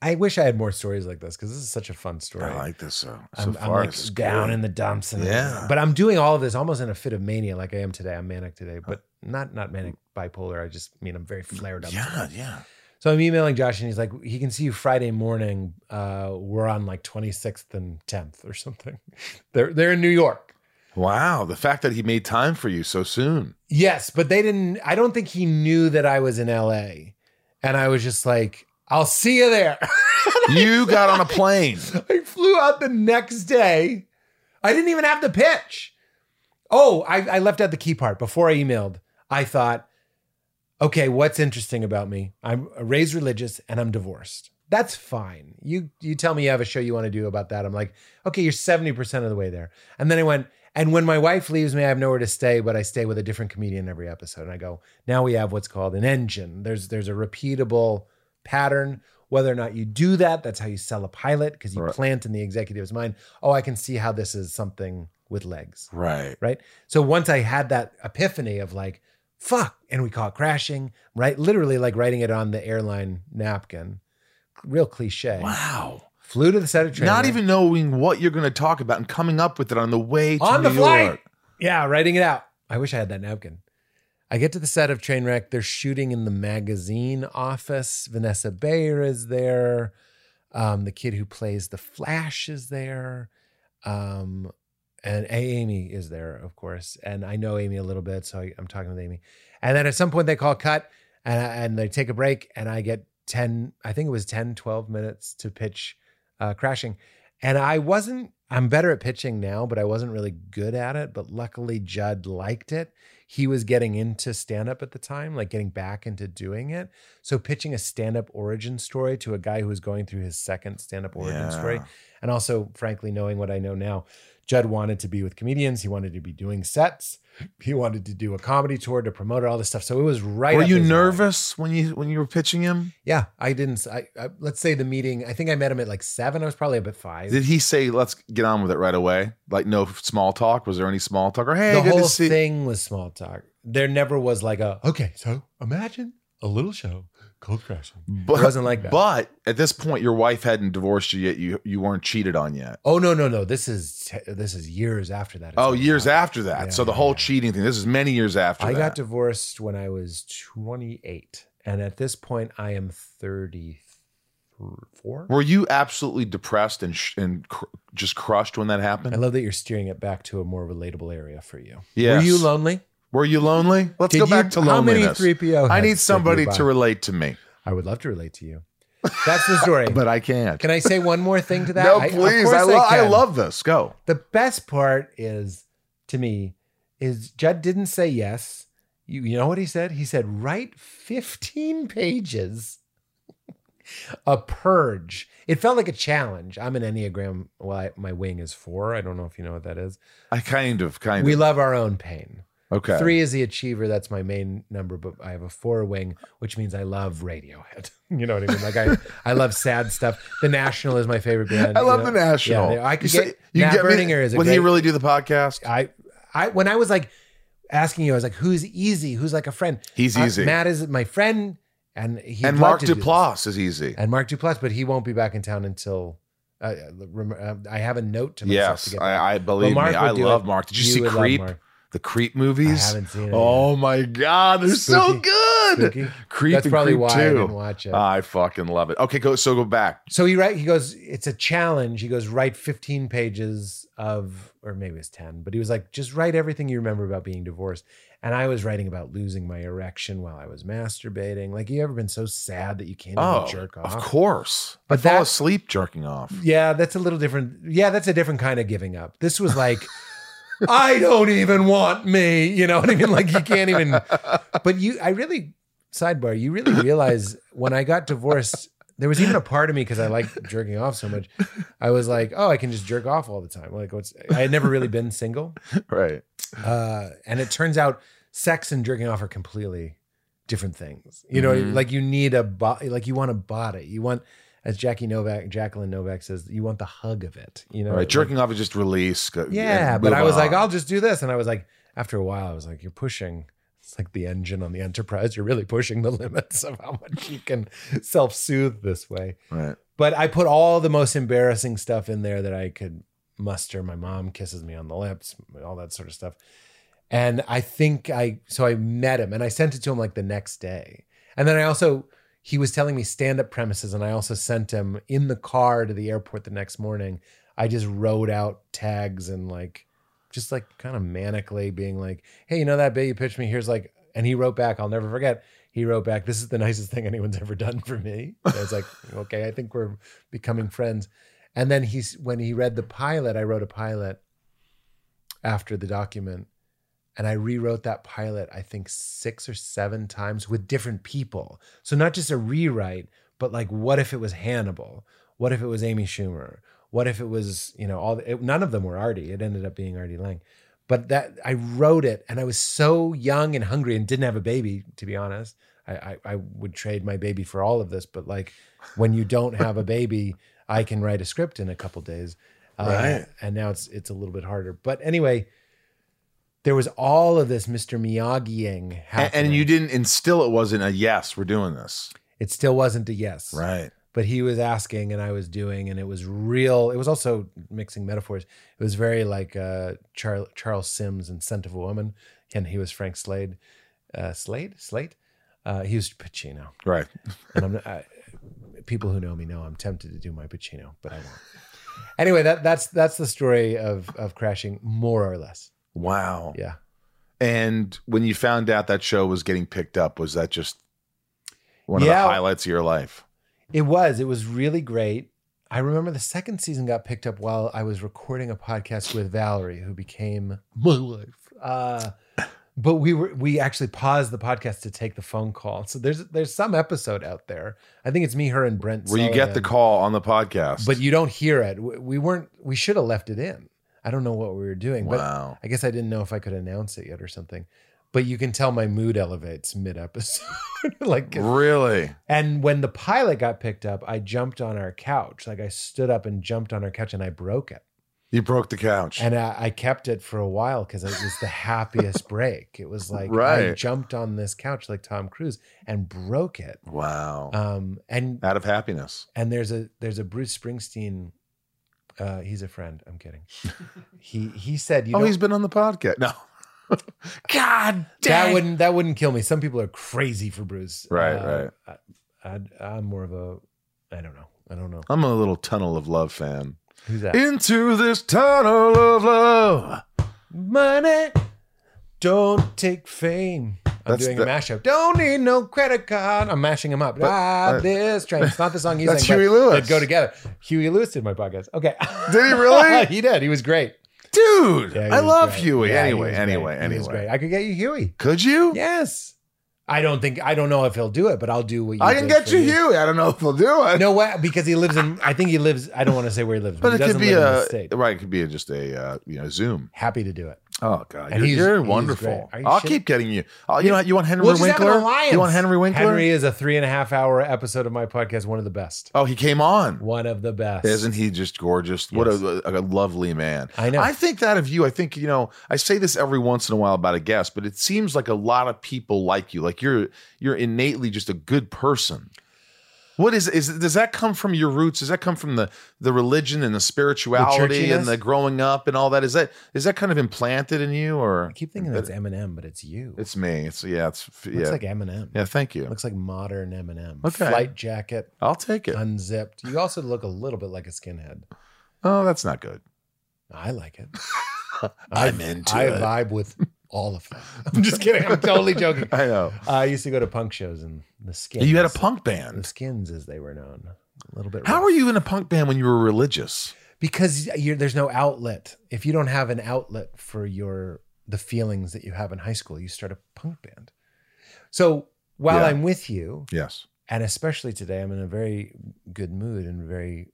Speaker 3: I wish I had more stories like this because this is such a fun story.
Speaker 1: I like this. So, so
Speaker 3: I'm, I'm,
Speaker 1: far,
Speaker 3: like
Speaker 1: this is
Speaker 3: down
Speaker 1: good.
Speaker 3: in the dumps. And
Speaker 1: Yeah.
Speaker 3: But I'm doing all of this almost in a fit of mania, like I am today. I'm manic today, but not not manic bipolar. I just mean I'm very flared up.
Speaker 1: Yeah. Yeah.
Speaker 3: So I'm emailing Josh, and he's like, he can see you Friday morning. Uh, we're on like 26th and 10th or something. They're they're in New York.
Speaker 1: Wow. The fact that he made time for you so soon.
Speaker 3: Yes, but they didn't. I don't think he knew that I was in L.A. And I was just like, I'll see you there.
Speaker 1: You got on a plane.
Speaker 3: I flew out the next day. I didn't even have the pitch. Oh, I, I left out the key part before I emailed. I thought, okay, what's interesting about me? I'm raised religious and I'm divorced. That's fine. You you tell me you have a show you want to do about that. I'm like, okay, you're 70% of the way there. And then I went, And when my wife leaves me, I have nowhere to stay, but I stay with a different comedian every episode. And I go, now we have what's called an engine. There's there's a repeatable pattern. Whether or not you do that, that's how you sell a pilot because you
Speaker 1: Right.
Speaker 3: plant in the executive's mind. Oh, I can see how this is something with legs
Speaker 1: Right.
Speaker 3: right? So once I had that epiphany of like, fuck, and we caught crashing, right? Literally like writing it on the airline napkin. Real cliche.
Speaker 1: Wow.
Speaker 3: Flew to the set of training.
Speaker 1: Not even knowing what you're going to talk about and coming up with it on the way to
Speaker 3: on the
Speaker 1: New
Speaker 3: flight.
Speaker 1: York.
Speaker 3: Yeah, writing it out. I wish I had that napkin. I get to the set of Trainwreck. They're shooting in the magazine office. Vanessa Bayer is there. Um, the kid who plays the Flash is there. Um, and A- Amy is there, of course. And I know Amy a little bit, so I, I'm talking with Amy. And then at some point they call cut and, and they take a break and I get 10, I think it was 10, 12 minutes to pitch uh, crashing. And I wasn't, I'm better at pitching now, but I wasn't really good at it. But luckily, Judd liked it. He was getting into stand up at the time, like getting back into doing it. So, pitching a stand up origin story to a guy who was going through his second stand up origin
Speaker 1: Yeah.
Speaker 3: story. And also, frankly, knowing what I know now, Judd wanted to be with comedians. He wanted to be doing sets. He wanted to do a comedy tour to promote it, all this stuff. So, it was right.
Speaker 1: Were
Speaker 3: up
Speaker 1: you
Speaker 3: his alley.
Speaker 1: nervous when you when you were pitching him?
Speaker 3: Yeah, I didn't. I, I let's say the meeting. I think I met him at like seven. I was probably up at five.
Speaker 1: Did he say, "Let's get on with it right away"? Like no small talk. Was there any small talk? Or hey,
Speaker 3: the
Speaker 1: good
Speaker 3: whole
Speaker 1: to see.
Speaker 3: thing was small talk. There never was like a okay. So imagine a little show called Crashing.
Speaker 1: But,
Speaker 3: It wasn't like that.
Speaker 1: But at this point, your wife hadn't divorced you yet. You you weren't cheated on yet.
Speaker 3: Oh no no no! This is te- this is years after that.
Speaker 1: oh, years
Speaker 3: after.
Speaker 1: after that.
Speaker 3: Yeah,
Speaker 1: so the
Speaker 3: yeah,
Speaker 1: whole
Speaker 3: yeah.
Speaker 1: cheating thing. This is many years after.
Speaker 3: I
Speaker 1: that.
Speaker 3: got divorced when I was 28, and at this point I am 34.
Speaker 1: Were you absolutely depressed and sh- and cr- just crushed when that happened?
Speaker 3: I love that you're steering it back to a more relatable area for you.
Speaker 1: Yes.
Speaker 3: Were you lonely?
Speaker 1: Were you lonely? Let's
Speaker 3: Did
Speaker 1: go
Speaker 3: you-
Speaker 1: back to
Speaker 3: how many
Speaker 1: loneliness.
Speaker 3: 3PO
Speaker 1: I
Speaker 3: heads
Speaker 1: need
Speaker 3: did
Speaker 1: somebody
Speaker 3: you buy?
Speaker 1: to relate to me,
Speaker 3: I would love to relate to you. That's the story.
Speaker 1: but I can't.
Speaker 3: can I say one more thing to that?
Speaker 1: no,
Speaker 3: I- of
Speaker 1: please.
Speaker 3: course
Speaker 1: I, lo- I,
Speaker 3: can.
Speaker 1: love this. Go.
Speaker 3: The best part is to me is Judd didn't say yes. You, you know what he said? He said write 15 pages. a purge. It felt like a challenge. I'm an Enneagram. Well, I, my wing is four. I don't know if you know what that is.
Speaker 1: I kind of, kind
Speaker 3: We
Speaker 1: of.
Speaker 3: love our own pain.
Speaker 1: okay.
Speaker 3: Three is the achiever. That's my main number, but I have a four wing, which means I love Radiohead. You know what I mean? Like I, I love sad stuff. The National is my favorite band.
Speaker 1: I love
Speaker 3: you
Speaker 1: the
Speaker 3: know?
Speaker 1: national.
Speaker 3: Yeah, I could
Speaker 1: say-
Speaker 3: get Matt
Speaker 1: me-
Speaker 3: Berninger is a
Speaker 1: Would he
Speaker 3: great-
Speaker 1: really do the podcast?
Speaker 3: I I when I was like asking you, I was like, who's easy? Who's like a friend?
Speaker 1: He's
Speaker 3: Uh,
Speaker 1: easy.
Speaker 3: Matt is my friend, and he
Speaker 1: and Mark Duplass is easy.
Speaker 3: and Mark Duplass, but he won't be back in town until. Uh, rem- uh, I have a note to myself. to
Speaker 1: Yes,
Speaker 3: get back.
Speaker 1: I, I believe
Speaker 3: Mark
Speaker 1: me. I
Speaker 3: would do
Speaker 1: love
Speaker 3: it.
Speaker 1: Mark. Did you,
Speaker 3: You
Speaker 1: see
Speaker 3: would love
Speaker 1: Creep?
Speaker 3: Mark.
Speaker 1: The Creep movies.
Speaker 3: I haven't seen it
Speaker 1: Oh my god, they're so
Speaker 3: Spooky.
Speaker 1: good.
Speaker 3: Spooky.
Speaker 1: Creep
Speaker 3: That's
Speaker 1: and
Speaker 3: probably
Speaker 1: Creep Uh,
Speaker 3: why I
Speaker 1: 2.
Speaker 3: didn't watch it.
Speaker 1: I fucking love it. Okay, go. So go back.
Speaker 3: So he write he goes, it's a challenge. He goes, write 15 pages of, or maybe it's 10, but he was like, just write everything you remember about being divorced. And I was writing about losing my erection while I was masturbating. Like, you ever been so sad that you can't
Speaker 1: Oh,
Speaker 3: even jerk off?
Speaker 1: of course.
Speaker 3: But
Speaker 1: I fall
Speaker 3: that-
Speaker 1: asleep jerking off.
Speaker 3: Yeah, that's a little different. Yeah, that's a different kind of giving up. This was like, I don't even want me. You know what I mean? Like you can't even. But you, I really sidebar. You really realize when I got divorced, there was even a part of me because I like jerking off so much. I was like, oh, I can just jerk off all the time. Like what's? I had never really been single,
Speaker 1: Right.
Speaker 3: uh, and it turns out sex and jerking off are completely different things. You know,
Speaker 1: Mhm.
Speaker 3: like you need a body, like you want a body. You want, as Jackie Novak, Jacqueline Novak says, you want the hug of it. You know,
Speaker 1: All right.
Speaker 3: Like-
Speaker 1: Jerking off is just release. go-
Speaker 3: yeah,
Speaker 1: and
Speaker 3: but
Speaker 1: move
Speaker 3: I was
Speaker 1: on.
Speaker 3: like, I'll just do this, and I was like, after a while, I was like, you're pushing. It's like the engine on the Enterprise. You're really pushing the limits of how much you can self-soothe this way.
Speaker 1: Right.
Speaker 3: But I put all the most embarrassing stuff in there that I could muster. My mom kisses me on the lips, all that sort of stuff. And I think I, so I met him and I sent it to him like the next day. And then I also, he was telling me stand up premises. And I also sent him in the car to the airport the next morning. I just wrote out tags and like, just like kind of manically being like, hey, you know that bit you pitched me? Here's like, and he wrote back, I'll never forget. He wrote back, this is the nicest thing anyone's ever done for me. And I was like, okay, I think we're becoming friends. And then he's, when he read the pilot, I wrote a pilot after the document. And I rewrote that pilot, I think six or seven times with different people. So not just a rewrite, but like, what if it was Hannibal? What if it was Amy Schumer? What if it was, you know, all the, it, none of them were Artie. It ended up being Artie Lang. But that I wrote it, and I was so young and hungry, and didn't have a baby. To be honest, I I, I would trade my baby for all of this. But like, when you don't have a baby, I can write a script in a couple days. Uh,
Speaker 1: Right.
Speaker 3: And now it's it's a little bit harder. But anyway, there was all of this Mr. Miyagiing
Speaker 1: And,
Speaker 3: happening.
Speaker 1: and you didn't instill it wasn't a yes, we're doing this.
Speaker 3: It still wasn't a yes
Speaker 1: Right.
Speaker 3: but he was asking and I was doing, and it was real. It was also mixing metaphors. It was very like uh, Char- Charles Sims in *Scent of a Woman*, and he was Frank Slade, uh, Slade, Slate. Uh, he was Pacino,
Speaker 1: Right.
Speaker 3: and I'm I, people who know me know I'm tempted to do my Pacino, but I won't. Anyway, that that's that's the story of of crashing, more or less.
Speaker 1: Wow.
Speaker 3: Yeah.
Speaker 1: And when you found out that show was getting picked up, was that just one of
Speaker 3: Yeah.
Speaker 1: the highlights of your life?
Speaker 3: It was. It was really great. I remember the second season got picked up while I was recording a podcast with Valerie, who became my wife. Uh, but we were we actually paused the podcast to take the phone call. So there's there's some episode out there. I think it's me, her, and Brent.
Speaker 1: Where you get the
Speaker 3: Sullivan,
Speaker 1: call on the podcast.
Speaker 3: um, but you don't hear it. We we weren't. We should have left it in. I don't know what we were doing, but
Speaker 1: wow.
Speaker 3: I guess I didn't know if I could announce it yet or something. But you can tell my mood elevates mid episode. like
Speaker 1: Really?
Speaker 3: and when the pilot got picked up, I jumped on our couch. Like I stood up and jumped on our couch and I broke it.
Speaker 1: You broke the couch.
Speaker 3: And I, I kept it for a while because it was the happiest break. It was like I
Speaker 1: Right.
Speaker 3: jumped on this couch like Tom Cruise and broke it.
Speaker 1: wow.
Speaker 3: Um, and
Speaker 1: Out of happiness.
Speaker 3: and there's a there's a Bruce Springsteen. Uh, he's a friend. I'm kidding. He he said, you
Speaker 1: oh,
Speaker 3: know,
Speaker 1: he's been on the podcast. No. God
Speaker 3: that
Speaker 1: damn.
Speaker 3: wouldn't that wouldn't kill me. Some people are crazy for Bruce.
Speaker 1: Right,
Speaker 3: right. I, I'd- I'm more of a. I don't know. I don't know
Speaker 1: I'm a little tunnel of love fan.
Speaker 3: who's that.
Speaker 1: Into this tunnel of love.
Speaker 3: Money. Don't take fame. I'm
Speaker 1: That's
Speaker 3: doing
Speaker 1: the-
Speaker 3: a mashup. Don't need no credit card. I'm mashing them up. Ride
Speaker 1: uh,
Speaker 3: this train. It's not the song he's
Speaker 1: that's
Speaker 3: sang, but
Speaker 1: Huey Lewis.
Speaker 3: They go together. Huey Lewis did my podcast. Okay.
Speaker 1: Did he really?
Speaker 3: he did. He was great.
Speaker 1: Dude,
Speaker 3: Yeah, he
Speaker 1: I
Speaker 3: was
Speaker 1: love
Speaker 3: great.
Speaker 1: Huey.
Speaker 3: Yeah, he
Speaker 1: anyway,
Speaker 3: was great.
Speaker 1: anyway,
Speaker 3: He was
Speaker 1: anyway.
Speaker 3: great. I could get you Huey.
Speaker 1: Could you?
Speaker 3: Yes. I don't think I don't know if he'll do it, but I'll do what you.
Speaker 1: I can
Speaker 3: did
Speaker 1: get
Speaker 3: for
Speaker 1: you Huey. I don't know if he'll do it.
Speaker 3: No way, because he lives in. I think he lives. I don't want to say where he lives,
Speaker 1: but
Speaker 3: but, he
Speaker 1: it could
Speaker 3: doesn't
Speaker 1: be
Speaker 3: live in the
Speaker 1: a
Speaker 3: state.
Speaker 1: right. It could be a, just a uh, you know Zoom.
Speaker 3: Happy to do it.
Speaker 1: Oh God,
Speaker 3: And
Speaker 1: you're,
Speaker 3: he's-
Speaker 1: you're
Speaker 3: he's
Speaker 1: wonderful.
Speaker 3: great. Are you
Speaker 1: I'll
Speaker 3: shitting-
Speaker 1: keep getting you. Oh, you know, you want Henry
Speaker 3: We'll just have an
Speaker 1: Winkler?
Speaker 3: alliance.
Speaker 1: You want Henry Winkler?
Speaker 3: Henry is a three and a half hour episode of my podcast, one of the best.
Speaker 1: Oh, he came on.
Speaker 3: One of the best.
Speaker 1: Isn't he just gorgeous? What a, a lovely man.
Speaker 3: I know.
Speaker 1: I think that of you. I think, you know, I say this every once in a while about a guest, but it seems like a lot of people like you. Like you're you're innately just a good person. What is is does that come from your roots? Does that come from the the religion and the spirituality
Speaker 3: churchiness?
Speaker 1: and the growing up and all that? Is that is that kind of implanted in you or
Speaker 3: I keep thinking that's Eminem, but it's you.
Speaker 1: it's me. It's yeah, it's yeah.
Speaker 3: looks like Eminem.
Speaker 1: yeah, thank you.
Speaker 3: Looks like modern Eminem.
Speaker 1: Okay.
Speaker 3: Flight jacket,
Speaker 1: I'll take it.
Speaker 3: unzipped. You also look a little bit like a skinhead.
Speaker 1: Oh, that's not good.
Speaker 3: I like it.
Speaker 1: I'm into
Speaker 3: I
Speaker 1: it.
Speaker 3: vibe with all of them. I'm just kidding. I'm totally joking.
Speaker 1: I know.
Speaker 3: I used to go to punk shows and the skins.
Speaker 1: You had a punk
Speaker 3: The
Speaker 1: band.
Speaker 3: skins, as they were known. A little bit.
Speaker 1: How
Speaker 3: rough.
Speaker 1: were you in a punk band when you were religious?
Speaker 3: because you're, there's no outlet if you don't have an outlet for your the feelings that you have in high school you start a punk band so while
Speaker 1: Yeah.
Speaker 3: i'm with you
Speaker 1: Yes.
Speaker 3: and especially today i'm in a very good mood and very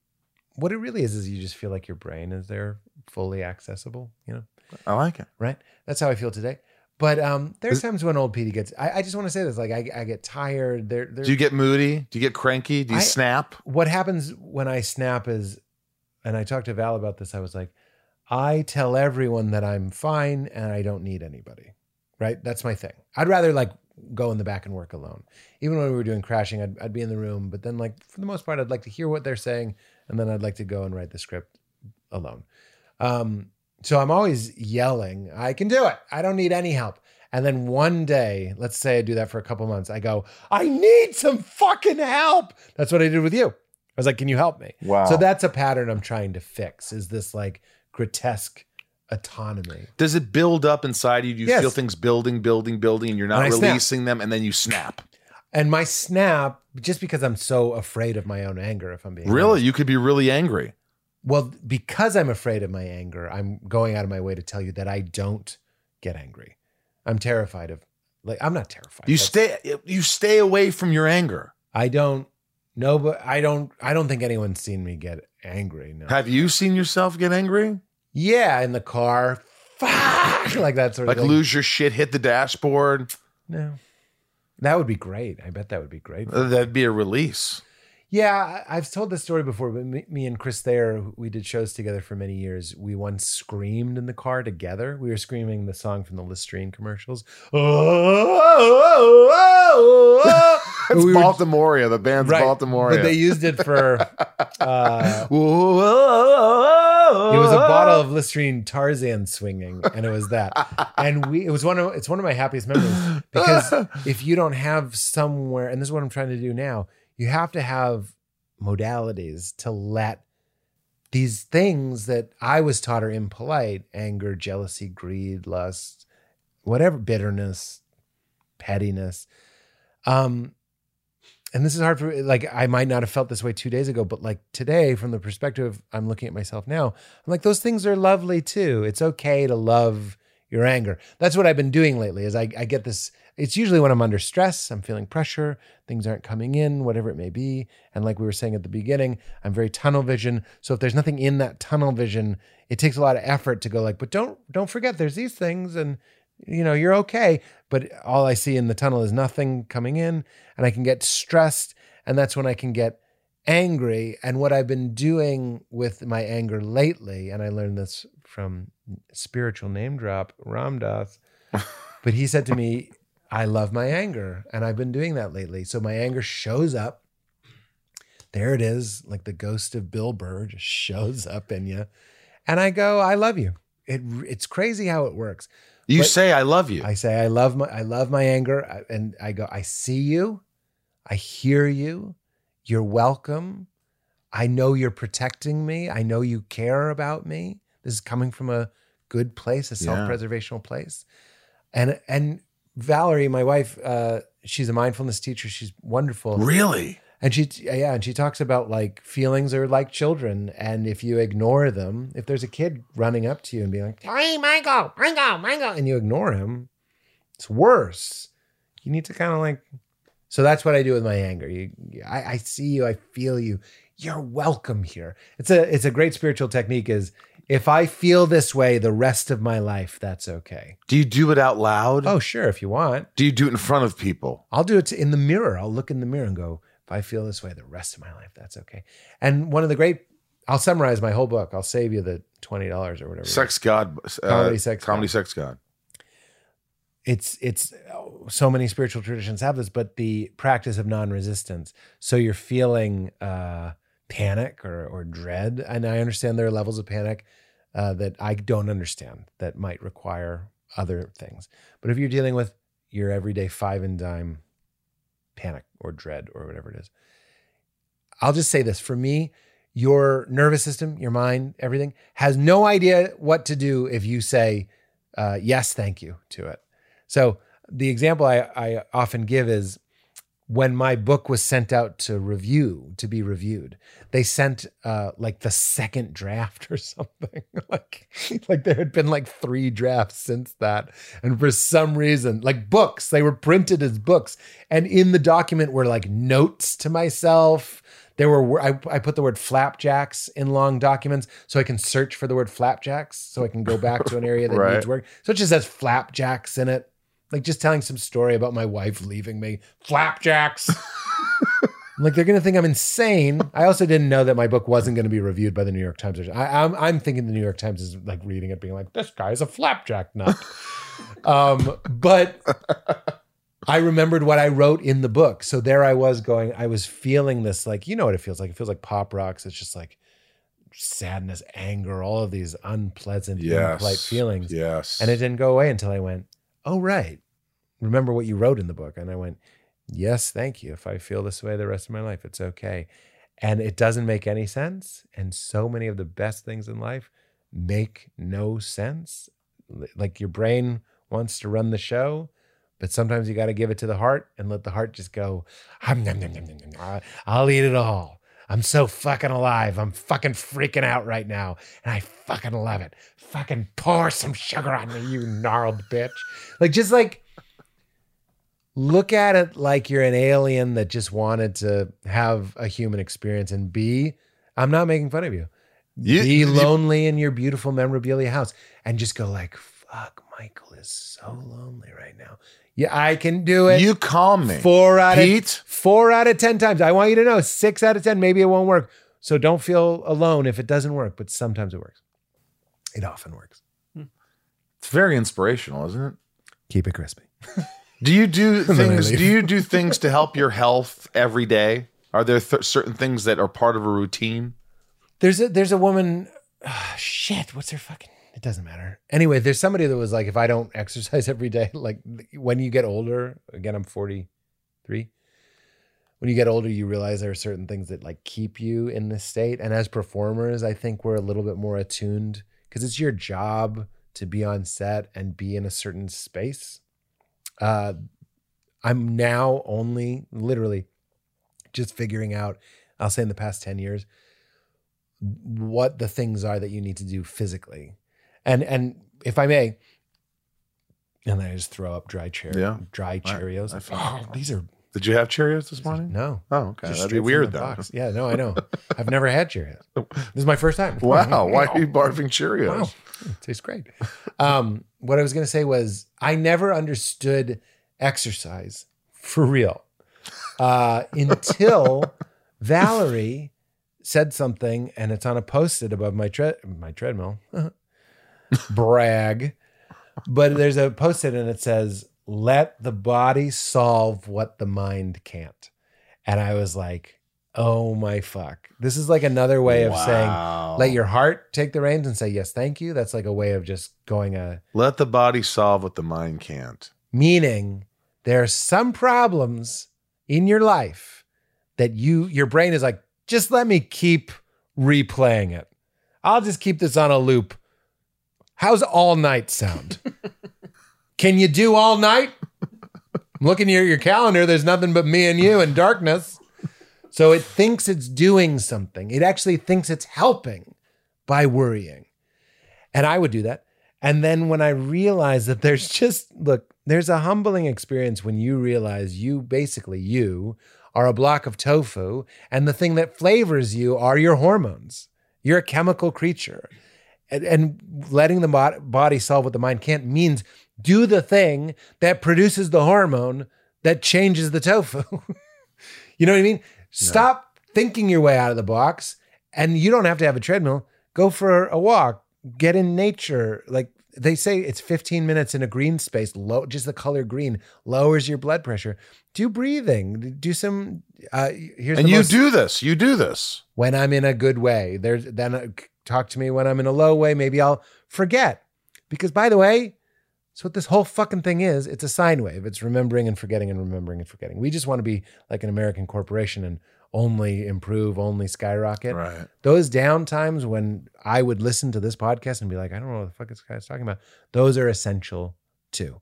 Speaker 3: what it really is is you just feel like your brain is there fully accessible you know
Speaker 1: I like it.
Speaker 3: right? That's how I feel today. But um, there's
Speaker 1: Is-
Speaker 3: times when old Petey gets. I, I just want to say this, like I, I get tired. There, there.
Speaker 1: Do you get moody? Do you get cranky? Do you
Speaker 3: I-
Speaker 1: snap?
Speaker 3: what happens when I snap is, and I talked to Val about this. I was like, I tell everyone that I'm fine and I don't need anybody, right? That's my thing. I'd rather like go in the back and work alone. Even when we were doing crashing, I'd, I'd be in the room, but then like for the most part, I'd like to hear what they're saying, and then I'd like to go and write the script alone. Um, so I'm always yelling, I can do it. I don't need any help. And then one day, let's say I do that for a couple months, I go, I need some fucking help. That's what I did with you. I was like, can you help me?
Speaker 1: Wow.
Speaker 3: So that's a pattern I'm trying to fix is this like grotesque autonomy.
Speaker 1: Does it build up inside you? Do you
Speaker 3: Yes.
Speaker 1: feel things building, building, building, and you're
Speaker 3: And I
Speaker 1: not
Speaker 3: snap.
Speaker 1: releasing them, and then you snap?
Speaker 3: And my snap, just because I'm so afraid of my own anger, if I'm being
Speaker 1: Really,
Speaker 3: honest.
Speaker 1: you could be really angry.
Speaker 3: well, because I'm afraid of my anger, I'm going out of my way to tell you that I don't get angry. I'm terrified of like I'm not terrified.
Speaker 1: You
Speaker 3: That's-
Speaker 1: stay. You stay away from your anger.
Speaker 3: I don't no but I don't I don't think anyone's seen me get angry. No.
Speaker 1: Have you seen yourself get angry?
Speaker 3: Yeah, in the car. fuck, like that sort
Speaker 1: Like
Speaker 3: of thing.
Speaker 1: lose your shit, hit the dashboard.
Speaker 3: No, that would be great. I bet that would be great.
Speaker 1: Uh, That'd be a release.
Speaker 3: Yeah, I- I've told this story before, but me, me and Chris Thayer, who- we did shows together for many years. We once screamed in the car together. We were screaming the song from the Listerine commercials.
Speaker 1: It's
Speaker 3: We were-
Speaker 1: Baltimorea. The band's Baltimorea.
Speaker 3: But they used it for uh,
Speaker 1: Whoa.
Speaker 3: it was a bottle of Listerine Tarzan swinging, and it was that. And we it was one of it's one of my happiest memories because if you don't have somewhere, and this is what I'm trying to do now, you have to have modalities to let these things that I was taught are impolite, anger, jealousy, greed, lust, whatever, bitterness, pettiness. Um, and this is hard for like I might not have felt this way two days ago, but like today, from the perspective I'm looking at myself now, I'm like those things are lovely too. It's okay to love your anger. That's what I've been doing lately. Is I, I get this. It's usually when I'm under stress, I'm feeling pressure, things aren't coming in, whatever it may be. And like we were saying at the beginning, I'm very tunnel vision. So if there's nothing in that tunnel vision, it takes a lot of effort to go like, but don't don't forget there's these things and you know you're okay but all i see in the tunnel is nothing coming in and i can get stressed and that's when i can get angry and what i've been doing with my anger lately and i learned this from spiritual name drop ramdas but he said to me i love my anger and i've been doing that lately so my anger shows up there it is like the ghost of bill burr just shows up in you and i go i love you it, it's crazy how it works
Speaker 1: you
Speaker 3: but-
Speaker 1: say I love you.
Speaker 3: I say I love my I love my anger I- and I go I see you. I hear you. You're welcome. I know you're protecting me. I know you care about me. This is coming from a good place, a
Speaker 1: Yeah.
Speaker 3: self-preservational place. And and Valerie, my wife, uh, she's a mindfulness teacher. She's wonderful.
Speaker 1: really?
Speaker 3: And she, yeah, and she talks about like feelings are like children, and if you ignore them, if there's a kid running up to you and being like, "Hey, Michael, Michael, Michael," and you ignore him, it's worse. You need to kind of like. So that's what I do with my anger. You, I, I see you, I feel you. You're welcome here. It's a it's a great spiritual technique. Is if I feel this way the rest of my life, that's okay.
Speaker 1: Do you do it out loud?
Speaker 3: Oh, sure, if you want.
Speaker 1: Do you do it in front of people?
Speaker 3: I'll do it in the mirror. I'll look in the mirror and go, if I feel this way the rest of my life, that's okay. And one of the great, I'll summarize my whole book. I'll save you the $20 or whatever.
Speaker 1: Sex God. Uh,
Speaker 3: Comedy Sex
Speaker 1: Comedy
Speaker 3: God.
Speaker 1: Sex God.
Speaker 3: It's, it's oh, so many spiritual traditions have this, but the practice of non-resistance. So you're feeling uh, panic or, or dread. And I understand there are levels of panic uh, that I don't understand that might require other things. But if you're dealing with your everyday five and dime panic or dread or whatever it is, I'll just say this for me, your nervous system, your mind, everything has no idea what to do if you say uh, yes, thank you to it. So the example I, I often give is when my book was sent out to review to be reviewed they sent uh like the second draft or something like like there had been like three drafts since that and for some reason like books they were printed as books and in the document were like notes to myself there were wor- I, I put the word flapjacks in long documents so i can search for the word flapjacks so i can go back to an area that
Speaker 1: Right.
Speaker 3: needs work so it just has flapjacks in it like just telling some story about my wife leaving me flapjacks I'm like they're gonna think i'm insane i also didn't know that my book wasn't gonna be reviewed by the new york times I, I'm, I'm thinking the new york times is like reading it being like this guy's a flapjack nut um, but I remembered what I wrote in the book. So there I was going, I was feeling this like, you know what it feels like. It feels like pop rocks. It's just like sadness, anger, all of these unpleasant,
Speaker 1: Yes.
Speaker 3: impolite feelings.
Speaker 1: Yes.
Speaker 3: And it didn't go away until I went, oh, right. Remember what you wrote in the book. And I went, yes, thank you. If I feel this way the rest of my life, it's okay. And it doesn't make any sense. And so many of the best things in life make no sense. L- Like your brain wants to run the show, but sometimes you got to give it to the heart and let the heart just go, "Hum, nom, nom, nom, nom, nom. I- I'll eat it all. I'm so fucking alive. I'm fucking freaking out right now. And I fucking love it. Fucking pour some sugar on me, you gnarled bitch. Like, just like, look at it like you're an alien that just wanted to have a human experience and be, I'm not making fun of you.
Speaker 1: You-
Speaker 3: be
Speaker 1: you-
Speaker 3: lonely in your beautiful memorabilia house and just go like fuck michael is so lonely right now yeah i can do it
Speaker 1: You call me.
Speaker 3: four out
Speaker 1: Pete?
Speaker 3: of four out of ten times i want you to know six out of ten maybe it won't work so don't feel alone if it doesn't work but sometimes it works it often works
Speaker 1: It's very inspirational, isn't it?
Speaker 3: keep it crispy
Speaker 1: Do you do
Speaker 3: then I
Speaker 1: things?
Speaker 3: leave.
Speaker 1: Do you do things to help your health every day? Are there th- certain things that are part of a routine?
Speaker 3: There's a there's a woman. ah, shit, what's her fucking? It doesn't matter. Anyway, there's somebody that was like, if I don't exercise every day, like when you get older, again, I'm 43. When you get older, you realize there are certain things that like keep you in this state. And as performers, I think we're a little bit more attuned because it's your job to be on set and be in a certain space. Uh, I'm now only literally just figuring out, I'll say in the past 10 years, what the things are that you need to do physically. And and if I may, and then I just throw up dry cherry,
Speaker 1: Yeah.
Speaker 3: dry
Speaker 1: I-
Speaker 3: Cheerios. Oh,
Speaker 1: I feel-
Speaker 3: these are
Speaker 1: Did you have Cheerios this morning?
Speaker 3: no.
Speaker 1: Oh, okay. That'd
Speaker 3: Just straight
Speaker 1: be
Speaker 3: from
Speaker 1: weird
Speaker 3: the
Speaker 1: though.
Speaker 3: box. Yeah, no, I know. I've never had Cheerios. This is my first time.
Speaker 1: Wow. Why are you barfing Cheerios?
Speaker 3: Wow, it tastes great. Um, what I was gonna say was I never understood exercise for real uh, until Valerie said something, and it's on a post-it above my tre- my treadmill. Brag, but there's a post-it and it says, "Let the body solve what the mind can't," and I was like. Oh my fuck. This is like another way of saying let your heart take the reins and say yes thank you that's like a way of just going uh, a
Speaker 1: Let the body solve what the mind can't.
Speaker 3: meaning there are some problems in your life that you your brain is like just let me keep replaying it i'll just keep this on a loop how's all night sound can you do all night i'm looking at your calendar there's nothing but me and you and darkness so it thinks it's doing something it actually thinks it's helping by worrying and i would do that and then when I realized that there's just, look, there's a humbling experience when you realize you basically, you are a block of tofu, and the thing that flavors you are your hormones. You're a chemical creature. And, and letting the bod- body solve what the mind can't means do the thing that produces the hormone that changes the tofu. you know what I mean? Stop thinking your way out of the box, and you don't have to have a treadmill. Go for a walk, get in nature. Like they say, it's 15 minutes in a green space. Low, just the color green lowers your blood pressure. Do breathing. Do some. Uh, here's
Speaker 1: And
Speaker 3: the
Speaker 1: you
Speaker 3: most-
Speaker 1: do this. You do this.
Speaker 3: when I'm in a good way. There's then uh, c- talk to me when I'm in a low way. Maybe I'll forget. Because by the way, that's what this whole fucking thing is. It's a sine wave. It's remembering and forgetting and remembering and forgetting. We just want to be like an American corporation and only improve, only skyrocket.
Speaker 1: Right.
Speaker 3: Those down times when I would listen to this podcast and be like, I don't know what the fuck this guy's talking about. Those are essential too.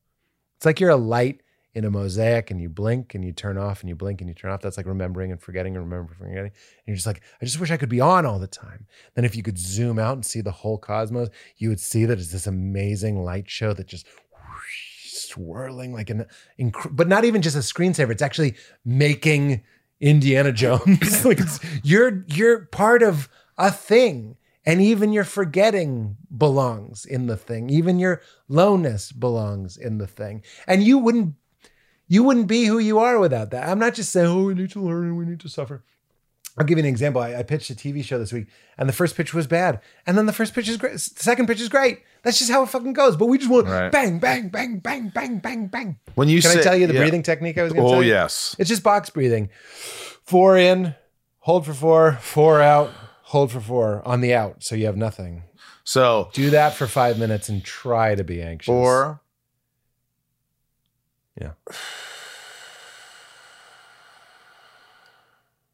Speaker 3: It's like you're a light in a mosaic and you blink and you turn off and you blink and you turn off. That's like remembering and forgetting and remembering and forgetting. And you're just like, I just wish I could be on all the time. Then if you could zoom out and see the whole cosmos, you would see that it's this amazing light show that just whoosh, swirling like an, inc- but not even just a screensaver. It's actually making Indiana Jones. like it's, you're you're part of a thing. And even your forgetting belongs in the thing. Even your lowness belongs in the thing. And you wouldn't you wouldn't be who you are without that. I'm not just saying, oh, we need to learn and we need to suffer. I'll give you an example. I, I pitched a TV show this week, and the first pitch was bad, and then the first pitch is great. The second pitch is great. That's just how it fucking goes. But we just want
Speaker 1: Right.
Speaker 3: bang, bang, bang, bang, bang, bang, bang.
Speaker 1: When you
Speaker 3: Can
Speaker 1: say,
Speaker 3: I tell you the
Speaker 1: yeah.
Speaker 3: breathing technique I was going to
Speaker 1: Oh
Speaker 3: tell you?
Speaker 1: yes.
Speaker 3: It's just box breathing. Four in, hold for four, four out, hold for four on the out, so you have nothing.
Speaker 1: So
Speaker 3: Do that for five minutes and try to be anxious.
Speaker 1: four.
Speaker 3: yeah,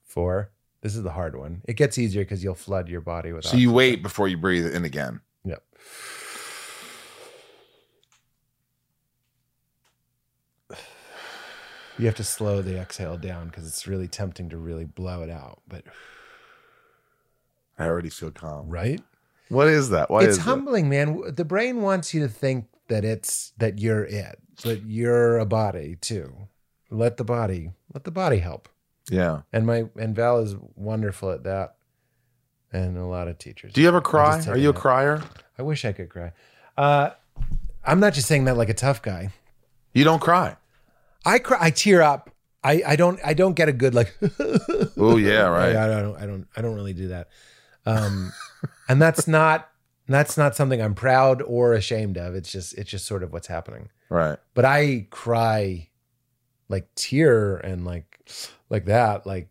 Speaker 3: four. This is the hard one. It gets easier because you'll flood your body with.
Speaker 1: So you
Speaker 3: oxygen.
Speaker 1: wait before you breathe in again.
Speaker 3: Yep. You have to slow the exhale down because it's really tempting to really blow it out. But
Speaker 1: I already feel calm.
Speaker 3: right,
Speaker 1: What is that? Why
Speaker 3: it's
Speaker 1: is that?
Speaker 3: humbling, man. The brain wants you to think that it's that you're it, but you're a body too. Let the body, let the body help.
Speaker 1: Yeah.
Speaker 3: And my and Val is wonderful at that. and a lot of teachers.
Speaker 1: Do you ever
Speaker 3: I'm just
Speaker 1: cry? Are
Speaker 3: taking
Speaker 1: you a
Speaker 3: that.
Speaker 1: crier?
Speaker 3: I wish I could cry. Uh, I'm not just saying that like a tough guy.
Speaker 1: You don't cry.
Speaker 3: I cry. I tear up. I, I don't I don't get a good like.
Speaker 1: Oh yeah, right.
Speaker 3: I, I don't I don't I don't really do that. Um, and that's not that's not something I'm proud or ashamed of. It's just it's just sort of what's happening.
Speaker 1: Right.
Speaker 3: But I cry, like tear and like like that like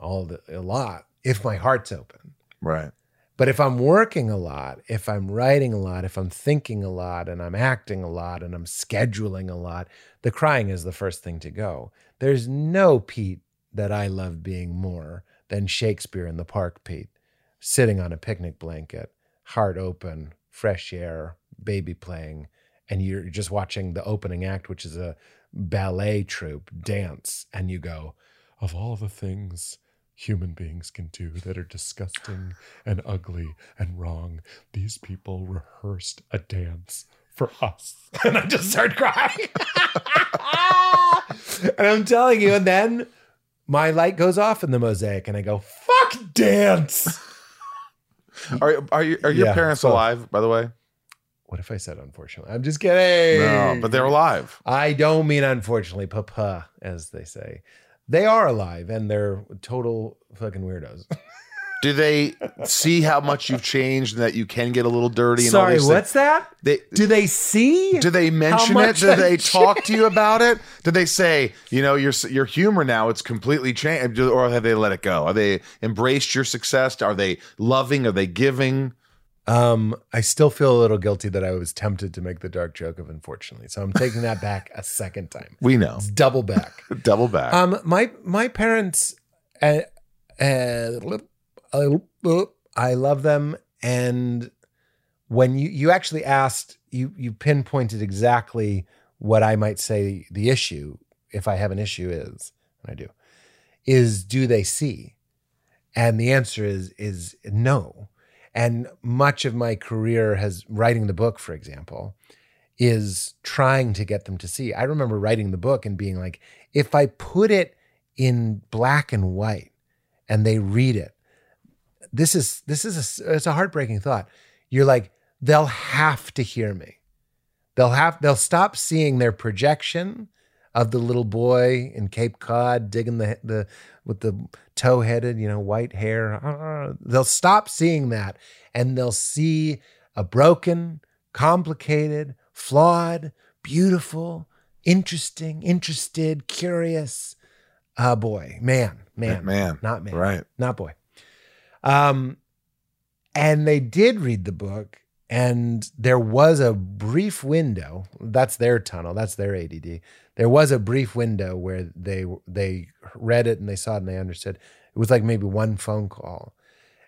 Speaker 3: all the, a lot if my heart's open.
Speaker 1: Right.
Speaker 3: But if I'm working a lot, if I'm writing a lot, if I'm thinking a lot and I'm acting a lot and I'm scheduling a lot, the crying is the first thing to go. There's no Pete that I love being more than Shakespeare in the park, Pete, sitting on a picnic blanket, heart open, fresh air, baby playing, and you're just watching the opening act, which is a ballet troupe dance, and you go, of all the things human beings can do that are disgusting and ugly and wrong. These people rehearsed a dance for us. And I just started crying. and I'm telling you, and then my light goes off in the mosaic and I go, fuck dance.
Speaker 1: Are are you, are your
Speaker 3: Mm. Yeah,
Speaker 1: parents
Speaker 3: so-
Speaker 1: alive? By the way,
Speaker 3: What if I said unfortunately? I'm just kidding.
Speaker 1: no, but they're alive.
Speaker 3: I don't mean unfortunately, papa, as they say. They are alive and they're total fucking weirdos.
Speaker 1: Do they see how much you've changed and that you can get a little dirty? And all
Speaker 3: Sorry,
Speaker 1: these
Speaker 3: what's that?
Speaker 1: Things? They,
Speaker 3: Do they see?
Speaker 1: Do they mention it?
Speaker 3: much
Speaker 1: Do
Speaker 3: I
Speaker 1: they talk to you about it? Do they say, you know, your your humor now it's completely changed, or have they let it go? Are they embraced your success? Are they loving? Are they giving?
Speaker 3: Um, I still feel a little guilty that I was tempted to make the dark joke of unfortunately. So I'm taking that back a second time.
Speaker 1: We know.
Speaker 3: It's double back.
Speaker 1: Double back.
Speaker 3: Um, my my parents, uh, uh, I love them, and when you you actually asked, you you pinpointed exactly what I might say the issue, if I have an issue, is and I do, is do they see? And the answer is is no. And much of my career has writing the book, for example, is trying to get them to see. I remember writing the book and being like, if I put it in black and white and they read it, this is this is a it's a heartbreaking thought. You're like, they'll have to hear me. They'll have they'll stop seeing their projection of the little boy in Cape Cod digging the the with the toe-headed, you know, white hair. Ah, They'll stop seeing that and they'll see a broken, complicated, flawed, beautiful, interesting, interested, curious uh boy, man, man,
Speaker 1: Man.
Speaker 3: not man
Speaker 1: right.
Speaker 3: not boy. Um, and they did read the book, and there was a brief window. That's their tunnel. That's their ADD. There was a brief window where they they read it and they saw it and they understood. It was like maybe one phone call,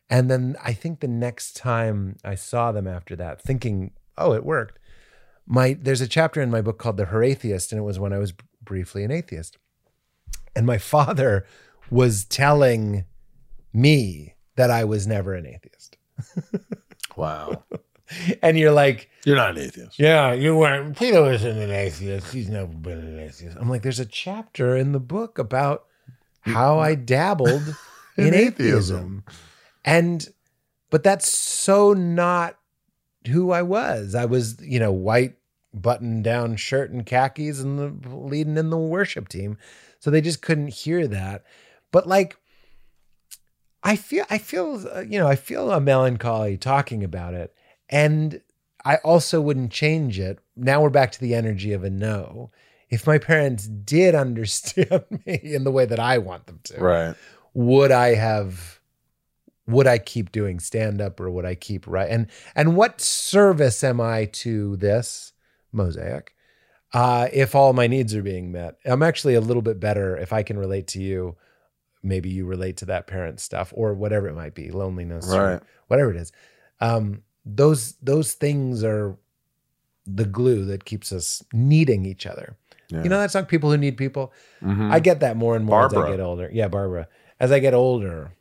Speaker 3: and then I think the next time I saw them after that, thinking, "Oh, it worked." My there's a chapter in my book called "The Heratheist," and it was when I was b- briefly an atheist, and my father was telling me that I was never an atheist.
Speaker 1: Wow.
Speaker 3: And you're like,
Speaker 1: You're not an atheist.
Speaker 3: yeah, you weren't. Plato isn't an atheist. He's never been an atheist. I'm like, there's a chapter in the book about how I dabbled in,
Speaker 1: In atheism.
Speaker 3: atheism. And, but that's so not who I was. I was, you know, white button down shirt and khakis and the leading in the worship team. So they just couldn't hear that. But like, I feel, I feel, uh, you know, I feel a melancholy talking about it. And I also wouldn't change it. Now we're back to the energy of a no. If my parents did understand me in the way that I want them to,
Speaker 1: Right.
Speaker 3: would I have would I keep doing stand up or would I keep right and and what service am I to this mosaic uh if all my needs are being met I'm actually a little bit better if I can relate to you maybe you relate to that parent stuff or whatever it might be loneliness or
Speaker 1: Right.
Speaker 3: whatever it is um those those things are the glue that keeps us needing each other
Speaker 1: Yeah.
Speaker 3: you know that song people who need people
Speaker 1: Mhm.
Speaker 3: I get that more and more as
Speaker 1: Barbara.
Speaker 3: I get older. Yeah, Barbara. As I get older,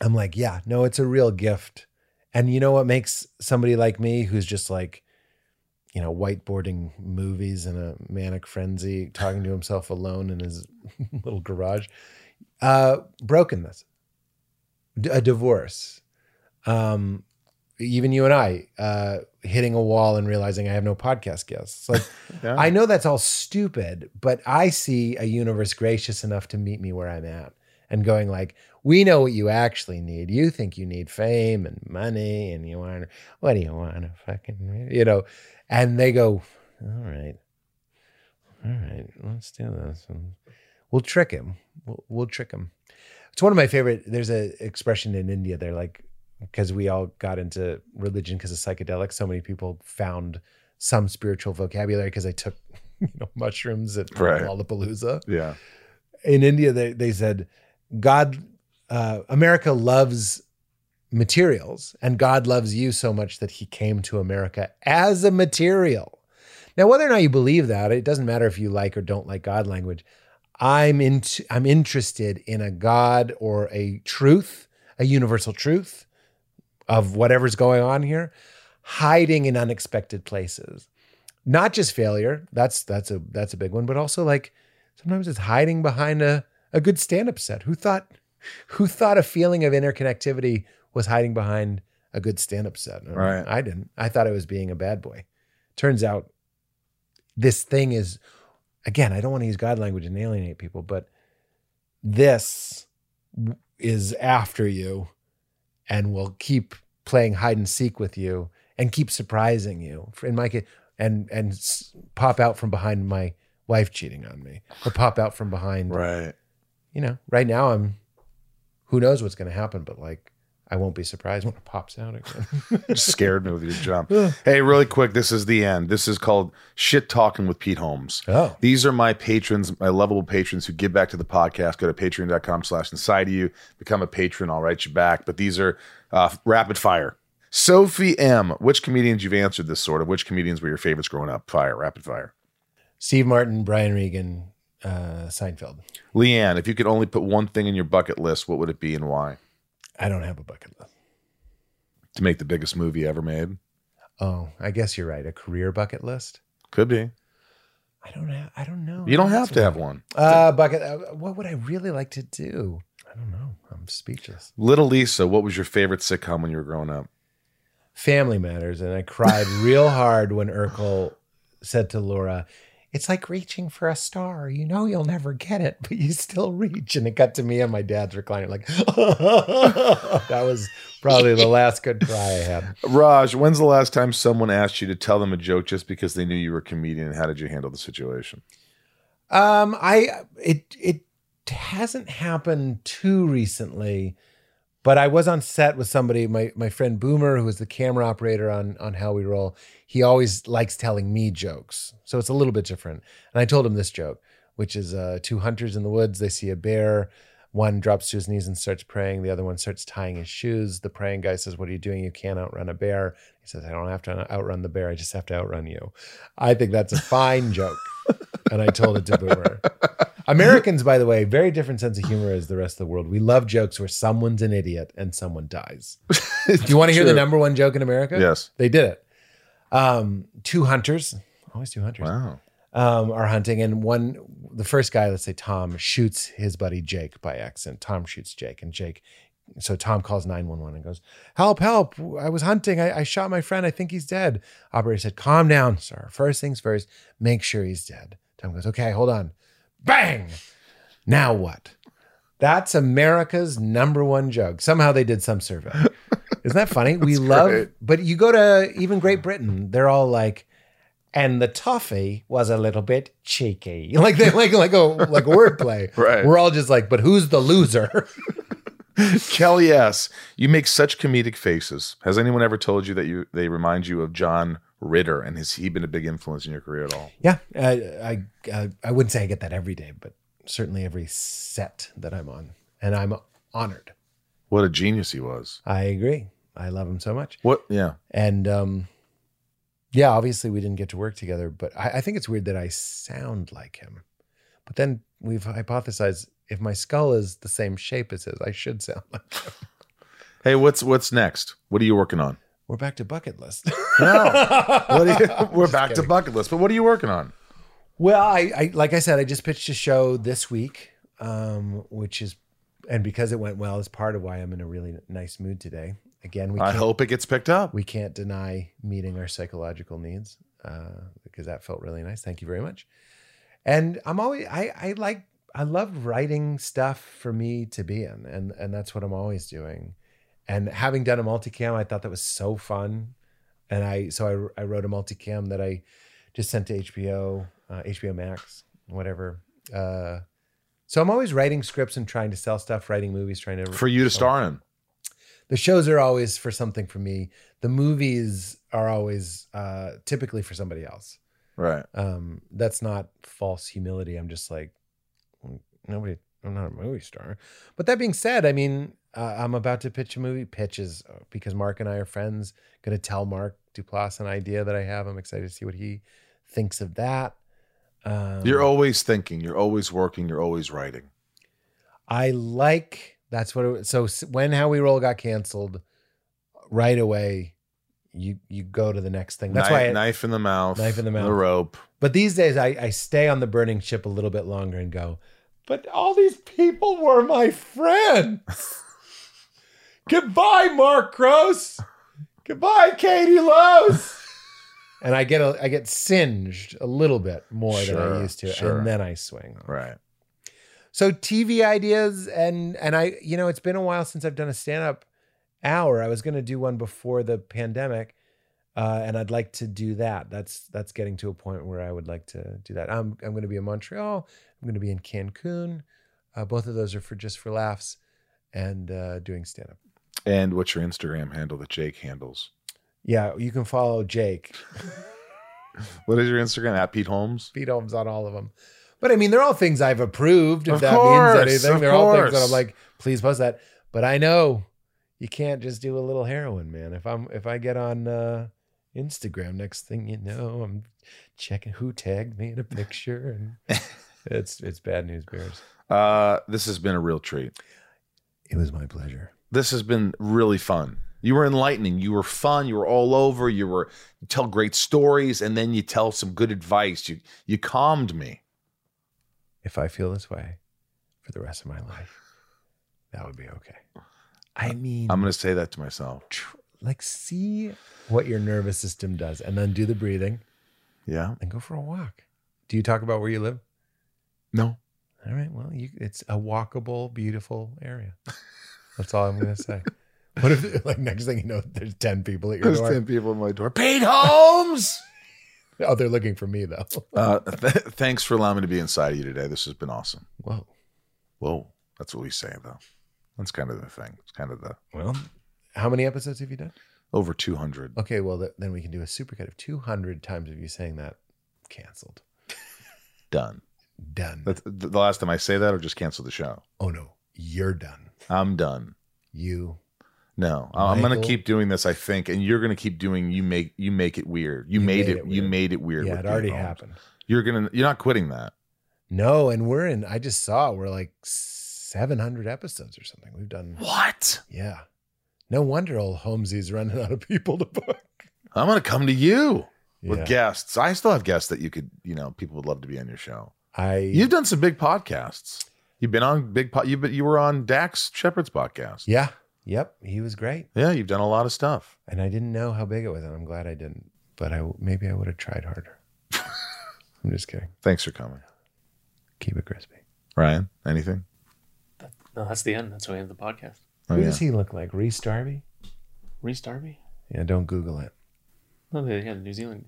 Speaker 3: I'm like, yeah, no, it's a real gift. And you know what makes somebody like me who's just like, you know, whiteboarding movies in a manic frenzy, talking to himself alone in his little garage, uh, brokenness, D- a divorce, um, even you and I uh, hitting a wall and realizing I have no podcast guests. Like, I know that's all stupid, but I see a universe gracious enough to meet me where I'm at and going like, we know what you actually need. You think you need fame and money, and you want what do you want to fucking you know? And they go, all right, all right, let's do this. And we'll trick him. We'll, we'll trick him. It's one of my favorite. There's a expression in India. They're like, because we all got into religion because of psychedelics. So many people found some spiritual vocabulary because they took, you know, mushrooms at
Speaker 1: Right.
Speaker 3: Lollapalooza.
Speaker 1: Yeah.
Speaker 3: In India, they, they said, God, uh, America loves materials and God loves you so much that he came to America as a material. Now, whether or not you believe that, it doesn't matter if you like or don't like God language. I'm into, I'm interested in a God or a truth, a universal truth of whatever's going on here, hiding in unexpected places. Not just failure, that's that's a that's a big one, but also like sometimes it's hiding behind a, a good stand-up set. Who thought who thought a feeling of interconnectivity was hiding behind a good stand-up set?
Speaker 1: Right.
Speaker 3: I didn't. I thought I was being a bad boy. Turns out this thing is again i don't want to use god language and alienate people but this w- is after you and will keep playing hide and seek with you and keep surprising you For- in my case and and s- pop out from behind my wife cheating on me or pop out from behind
Speaker 1: Right.
Speaker 3: you know right now i'm who knows what's going to happen but like i won't be surprised when it pops out again
Speaker 1: scared me with your jump. hey, really quick, this is the end. This is called Shit Talking with Pete Holmes.
Speaker 3: Oh.
Speaker 1: These are my patrons, my lovable patrons who give back to the podcast. Go to patreon.com slash inside of you, become a patron, I'll write you back. But these are uh, rapid fire. Sophie M, which comedians you've answered this sort of? Which comedians were your favorites growing up? Fire, rapid fire.
Speaker 3: steve martin brian regan uh seinfeld
Speaker 1: Leanne, if you could only put one thing in your bucket list, what would it be and why?
Speaker 3: i don't have a bucket list
Speaker 1: To make the biggest movie ever made?
Speaker 3: Oh, I guess you're right. A career bucket list.
Speaker 1: Could be.
Speaker 3: I don't have. I don't know.
Speaker 1: You don't have to have one.
Speaker 3: Uh, bucket. Uh, what would I really like to do? I don't know. I'm speechless.
Speaker 1: Little Lisa, what was your favorite sitcom when you were growing up?
Speaker 3: Family matters, and I cried real hard when Urkel said to Laura, "It's like reaching for a star. You know you'll never get it, but you still reach." And it got to me on my dad's recliner, like that was probably the last good cry I had.
Speaker 1: Raj, when's the last time someone asked you to tell them a joke just because they knew you were a comedian? And how did you handle the situation?
Speaker 3: Um, I it it hasn't happened too recently, but I was on set with somebody, my my friend Boomer, who was the camera operator on on How We Roll. He always likes telling me jokes, so it's a little bit different. And I told him this joke, which is uh, two hunters in the woods. They see a bear. One drops to his knees and starts praying. The other one starts tying his shoes. The praying guy says, "What are you doing? You can't outrun a bear." He says, "I don't have to outrun the bear. I just have to outrun you." I think that's a fine joke and I told it to Boomer. Americans, by the way, very different sense of humor as the rest of the world. We love jokes where someone's an idiot and someone dies. Do you want to hear the number one joke in America?
Speaker 1: Yes.
Speaker 3: They did it. Um, two hunters, always two hunters,
Speaker 1: Wow.
Speaker 3: um, are hunting. And one, the first guy, let's say Tom, shoots his buddy Jake by accident. Tom shoots Jake, and Jake, so Tom calls 911 and goes, Help, help. I was hunting. I, I shot my friend. I think he's dead. Operator said, Calm down, sir. First things first, make sure he's dead. Tom goes, Okay, hold on. Bang! Now what? That's America's number one joke. Somehow they did some survey. Isn't that funny? we love, but you go to even Great Britain, they're all like, and the toffee was a little bit cheeky. Like they like like a like a wordplay.
Speaker 1: Right.
Speaker 3: We're all just like, but who's the loser?
Speaker 1: Kelly S, you make such comedic faces. Has anyone ever told you that you they remind you of John Ritter? And has he been a big influence in your career at all?
Speaker 3: Yeah, I I uh, I wouldn't say I get that every day, but certainly every set that I'm on, and I'm honored.
Speaker 1: What a genius he was.
Speaker 3: I agree. I love him so much,
Speaker 1: What? Yeah.
Speaker 3: and um, yeah, obviously we didn't get to work together, but I, I think it's weird that I sound like him. But then we've hypothesized if my skull is the same shape as his, I should sound like. Him.
Speaker 1: Hey, what's what's next? What are you working on?
Speaker 3: We're back to bucket list.
Speaker 1: No. What are you- we're back to bucket list. But what are you working on?
Speaker 3: Well, I, I like I said, I just pitched a show this week, um, which is, and because it went well, is part of why I'm in a really nice mood today. Again, we
Speaker 1: I
Speaker 3: can't-
Speaker 1: hope it gets picked up.
Speaker 3: we can't deny meeting our psychological needs uh, because that felt really nice. Thank you very much. And I'm always I I like I love writing stuff for me to be in, and and that's what I'm always doing. And having done a multicam, I thought that was so fun. And I so I I wrote a multicam that I just sent to HBO, uh, HBO Max, whatever. Uh, so I'm always writing scripts and trying to sell stuff, writing movies, trying to
Speaker 1: for you to
Speaker 3: sell-
Speaker 1: star in.
Speaker 3: the shows are always for something for me. The movies are always uh, typically for somebody else.
Speaker 1: Right.
Speaker 3: Um, that's not false humility. I'm just like nobody. I'm not a movie star. But that being said, I mean, uh, I'm about to pitch a movie. Pitches uh, because Mark and I are friends. Going to tell Mark Duplass an idea that I have. I'm excited to see what he thinks of that. Um,
Speaker 1: You're always thinking, you're always working, you're always writing.
Speaker 3: I like that's what it was. So s- when How We Roll got canceled, right away, you you go to the next thing. That's
Speaker 1: knife,
Speaker 3: why. I-
Speaker 1: knife in the mouth,
Speaker 3: Knife in the mouth.
Speaker 1: the rope.
Speaker 3: but these days, I I stay on the burning ship a little bit longer and go. But all these people were my friends. Goodbye, Mark Gross. Goodbye, Katie Lowe's. and I get a, I get singed a little bit more than I
Speaker 1: Sure,
Speaker 3: used to,
Speaker 1: sure.
Speaker 3: and then I swing. on.
Speaker 1: Right.
Speaker 3: so TV ideas and and I you know it's been a while since I've done a stand up hour. I was going to do one before the pandemic uh and I'd like to do that. That's that's getting to a point where I would like to do that. I'm I'm going to be in Montreal. I'm going to be in Cancun. Uh, both of those are for just for laughs and uh doing stand up.
Speaker 1: And what's your Instagram handle that Jake handles?
Speaker 3: Yeah, you can follow Jake
Speaker 1: What is your Instagram at Pete Holmes?
Speaker 3: Pete Holmes on all of them. But I mean, they're all things I've approved. If
Speaker 1: Of
Speaker 3: that
Speaker 1: course,
Speaker 3: means anything,
Speaker 1: of
Speaker 3: they're all things that I'm
Speaker 1: course.
Speaker 3: like, please post that. But I know you can't just do a little heroin, man. If I'm if I get on uh, Instagram, next thing you know, I'm checking who tagged me in a picture, and it's it's bad news bears.
Speaker 1: Uh, this has been a real treat.
Speaker 3: It was my pleasure.
Speaker 1: This has been really fun. You were enlightening. You were fun. You were all over. You were you tell great stories, and then you tell some good advice. You you calmed me.
Speaker 3: If I feel this way for the rest of my life, that would be okay. I mean,
Speaker 1: I'm gonna say that to myself.
Speaker 3: tr- like see what your nervous system does, and then do the breathing.
Speaker 1: Yeah.
Speaker 3: and go for a walk. Do you talk about where you live?
Speaker 1: No.
Speaker 3: All right. Well, you, it's a walkable, beautiful area. That's all I'm going to say. What if, like, next thing you know, there's 10 people at your door?
Speaker 1: people at my door. Pete Holmes.
Speaker 3: Oh, they're looking for me, though.
Speaker 1: uh, th- thanks for allowing me to be inside of you today. This has been awesome.
Speaker 3: Whoa.
Speaker 1: Whoa. That's what we say though. That's kind of the thing. It's kind of the
Speaker 3: Well, how many episodes have you done?
Speaker 1: over 200.
Speaker 3: Okay. Well, th- then we can do a supercut of 200 times of you saying that. Canceled.
Speaker 1: Done.
Speaker 3: Done.
Speaker 1: That's the last time I say that, or just cancel the show.
Speaker 3: oh, no. You're done.
Speaker 1: I'm done.
Speaker 3: You.
Speaker 1: No, I- I'm going
Speaker 3: Michael.
Speaker 1: to keep doing this. I think, and you're going to keep doing. You make you make it weird. You, made, it. you
Speaker 3: weird.
Speaker 1: made it weird.
Speaker 3: yeah,
Speaker 1: with
Speaker 3: it already
Speaker 1: Pete Holmes.
Speaker 3: happened.
Speaker 1: You're gonna. You're not quitting that.
Speaker 3: No, and we're in, I just saw, we're like 700 episodes or something. We've done.
Speaker 1: What?
Speaker 3: Yeah. No wonder old Holmesy's running out of people to book.
Speaker 1: I'm going to come to you
Speaker 3: Yeah.
Speaker 1: with guests. I still have guests that you could. You know, people would love to be on your show.
Speaker 3: I
Speaker 1: You've done some big podcasts. You've been on big. Po- you've been, you were on Dax Shepherd's podcast.
Speaker 3: Yeah. Yep. He was great.
Speaker 1: Yeah, you've done a lot of stuff.
Speaker 3: And I didn't know how big it was, and I'm glad I didn't. But I maybe I would have tried harder. I'm just kidding.
Speaker 1: Thanks for coming,
Speaker 3: Keep it crispy.
Speaker 1: Ryan. Anything?
Speaker 6: No, that's the end. That's how we end the podcast.
Speaker 1: Oh,
Speaker 3: Who
Speaker 1: yeah.
Speaker 3: does he look like? Reese Darby?
Speaker 6: Reese Darby?
Speaker 3: Yeah, don't Google it.
Speaker 6: No, they had New Zealand.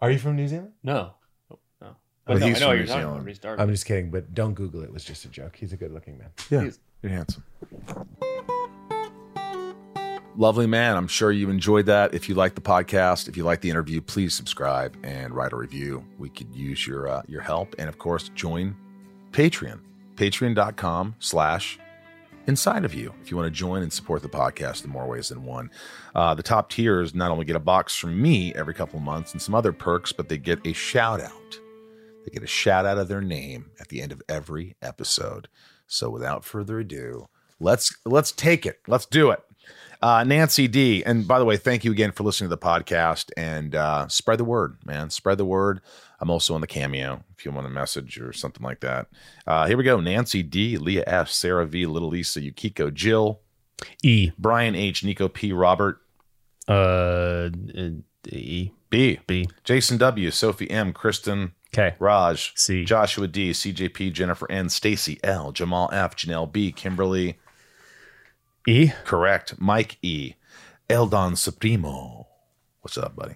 Speaker 3: Are you from New Zealand?
Speaker 6: No. Oh, no. But,
Speaker 1: But
Speaker 6: no,
Speaker 1: he's
Speaker 6: I know
Speaker 1: from
Speaker 6: what
Speaker 1: New
Speaker 6: you're talking
Speaker 1: Zealand.
Speaker 6: about. Reese Darby.
Speaker 3: I'm just kidding, but don't Google it was just a joke. He's a good looking man.
Speaker 1: Yeah, you're handsome. Lovely man. I'm sure you enjoyed that. If you like the podcast, if you like the interview, please subscribe and write a review. We could use your uh, your help, and of course, join Patreon. Patreon.com/slash inside of you if you want to join and support the podcast in more ways than one. Uh, the top tiers not only get a box from me every couple of months and some other perks, but they get a shout out. They get a shout out of their name at the end of every episode. So without further ado, let's let's take it. Let's do it. Uh, Nancy D. And by the way, thank you again for listening to the podcast and uh, spread the word, man. Spread the word. I'm also on the cameo if you want a message or something like that. Uh, here we go. Nancy D, Leah F, Sarah V, Little Lisa, Yukiko, Jill,
Speaker 2: E.
Speaker 1: Brian H, Nico P, Robert
Speaker 2: Uh, E.
Speaker 1: B,
Speaker 2: B.
Speaker 1: Jason W, Sophie M, Kristen
Speaker 2: K.
Speaker 1: Raj,
Speaker 2: C.
Speaker 1: Joshua D, CJP, Jennifer N, Stacy L, Jamal F, Janelle B, Kimberly,
Speaker 2: E.
Speaker 1: correct, Mike E, Eldon Supremo. What's up, buddy?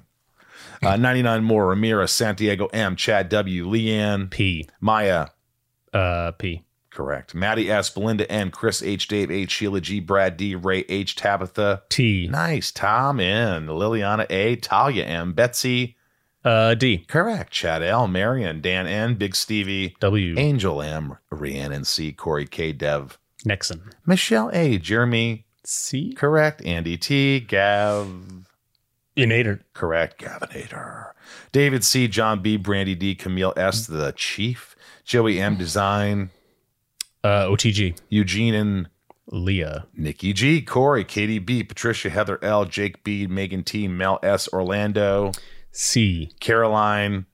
Speaker 1: Uh, 99 more, Ramira, Santiago M, Chad W, Leanne,
Speaker 2: P.
Speaker 1: Maya,
Speaker 2: Uh, P.
Speaker 1: correct, Maddie S, Belinda N, Chris H, Dave H, Sheila G, Brad D, Ray H, Tabitha,
Speaker 2: T.
Speaker 1: nice, Tom N, Liliana A, Talia M, Betsy,
Speaker 2: Uh, D.
Speaker 1: correct, Chad L, Marion, Dan N, Big Stevie,
Speaker 2: W.
Speaker 1: Angel M, Rhiannon C, Corey K, Dev,
Speaker 2: Nixon.
Speaker 1: Michelle A, Jeremy,
Speaker 2: C.
Speaker 1: correct, Andy T, Gav,
Speaker 2: Inator.
Speaker 1: correct, Gavinator, David C, John B, Brandy D, Camille S, the Chief, Joey M, Design,
Speaker 2: Uh, OTG.
Speaker 1: Eugene and
Speaker 2: Leah.
Speaker 1: Nikki G, Corey, Katie B, Patricia, Heather L, Jake B, Megan T, Mel S, Orlando,
Speaker 2: C.
Speaker 1: Caroline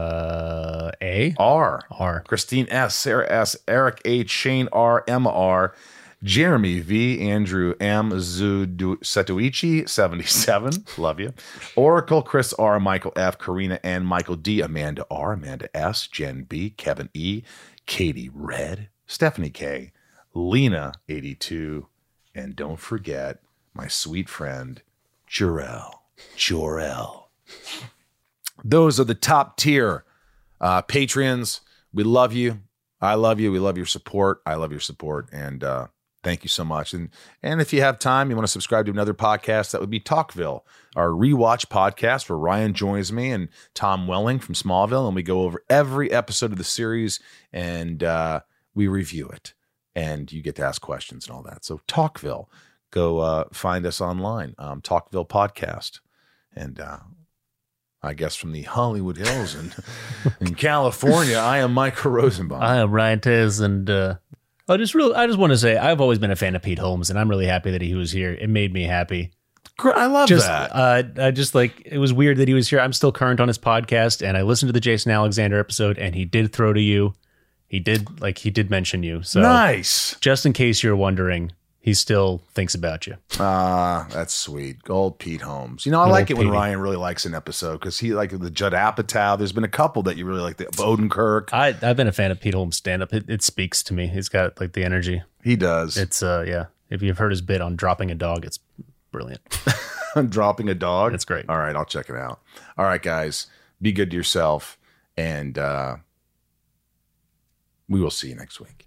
Speaker 2: Uh, A.
Speaker 1: R,
Speaker 2: R.
Speaker 1: Christine S, Sarah S, Eric H, Shane R, Emma R, Jeremy V, Andrew M, Zudu Satuichi 77, love you. Oracle, Chris R, Michael F, Karina N, Michael D, Amanda R, Amanda S, Jen B, Kevin E, Katie Red, Stephanie K, Lena 82, and don't forget my sweet friend Jorel. Jorel. Those are the top tier uh, patrons we love you i love you we love your support i love your support and uh, thank you so much and and if you have time you want to subscribe to another podcast that would be talkville our rewatch podcast where ryan joins me and tom welling from smallville and we go over every episode of the series and uh, we review it and you get to ask questions and all that so talkville go uh, find us online um, talkville podcast and uh, I guess from the Hollywood Hills in, in California. I am Michael Rosenbaum.
Speaker 2: I am Ryan Tez, and uh, I just really, I just want to say, I've always been a fan of Pete Holmes, and I'm really happy that he was here. It made me happy.
Speaker 1: Gr- I love
Speaker 2: Just,
Speaker 1: that.
Speaker 2: uh, I just like it was weird that he was here. I'm still current on his podcast, and I listened to the Jason Alexander episode, and he did throw to you. He did like he did mention you. So
Speaker 1: nice.
Speaker 2: just in case you're wondering, he still thinks about you.
Speaker 1: Ah, that's sweet. Old Pete Holmes. You know, I
Speaker 2: Good
Speaker 1: like it
Speaker 2: old
Speaker 1: when
Speaker 2: Petey.
Speaker 1: Ryan really likes an episode because he like the Judd Apatow. There's been a couple that you really like. The Odenkirk.
Speaker 2: I I've been a fan of Pete Holmes stand up. It, it speaks to me. He's got like the energy.
Speaker 1: He does.
Speaker 2: It's uh yeah. If you've heard his bit on dropping a dog, it's brilliant.
Speaker 1: dropping a dog.
Speaker 2: It's great.
Speaker 1: All right, I'll check it out. All right, guys, be good to yourself, and uh, we will see you next week.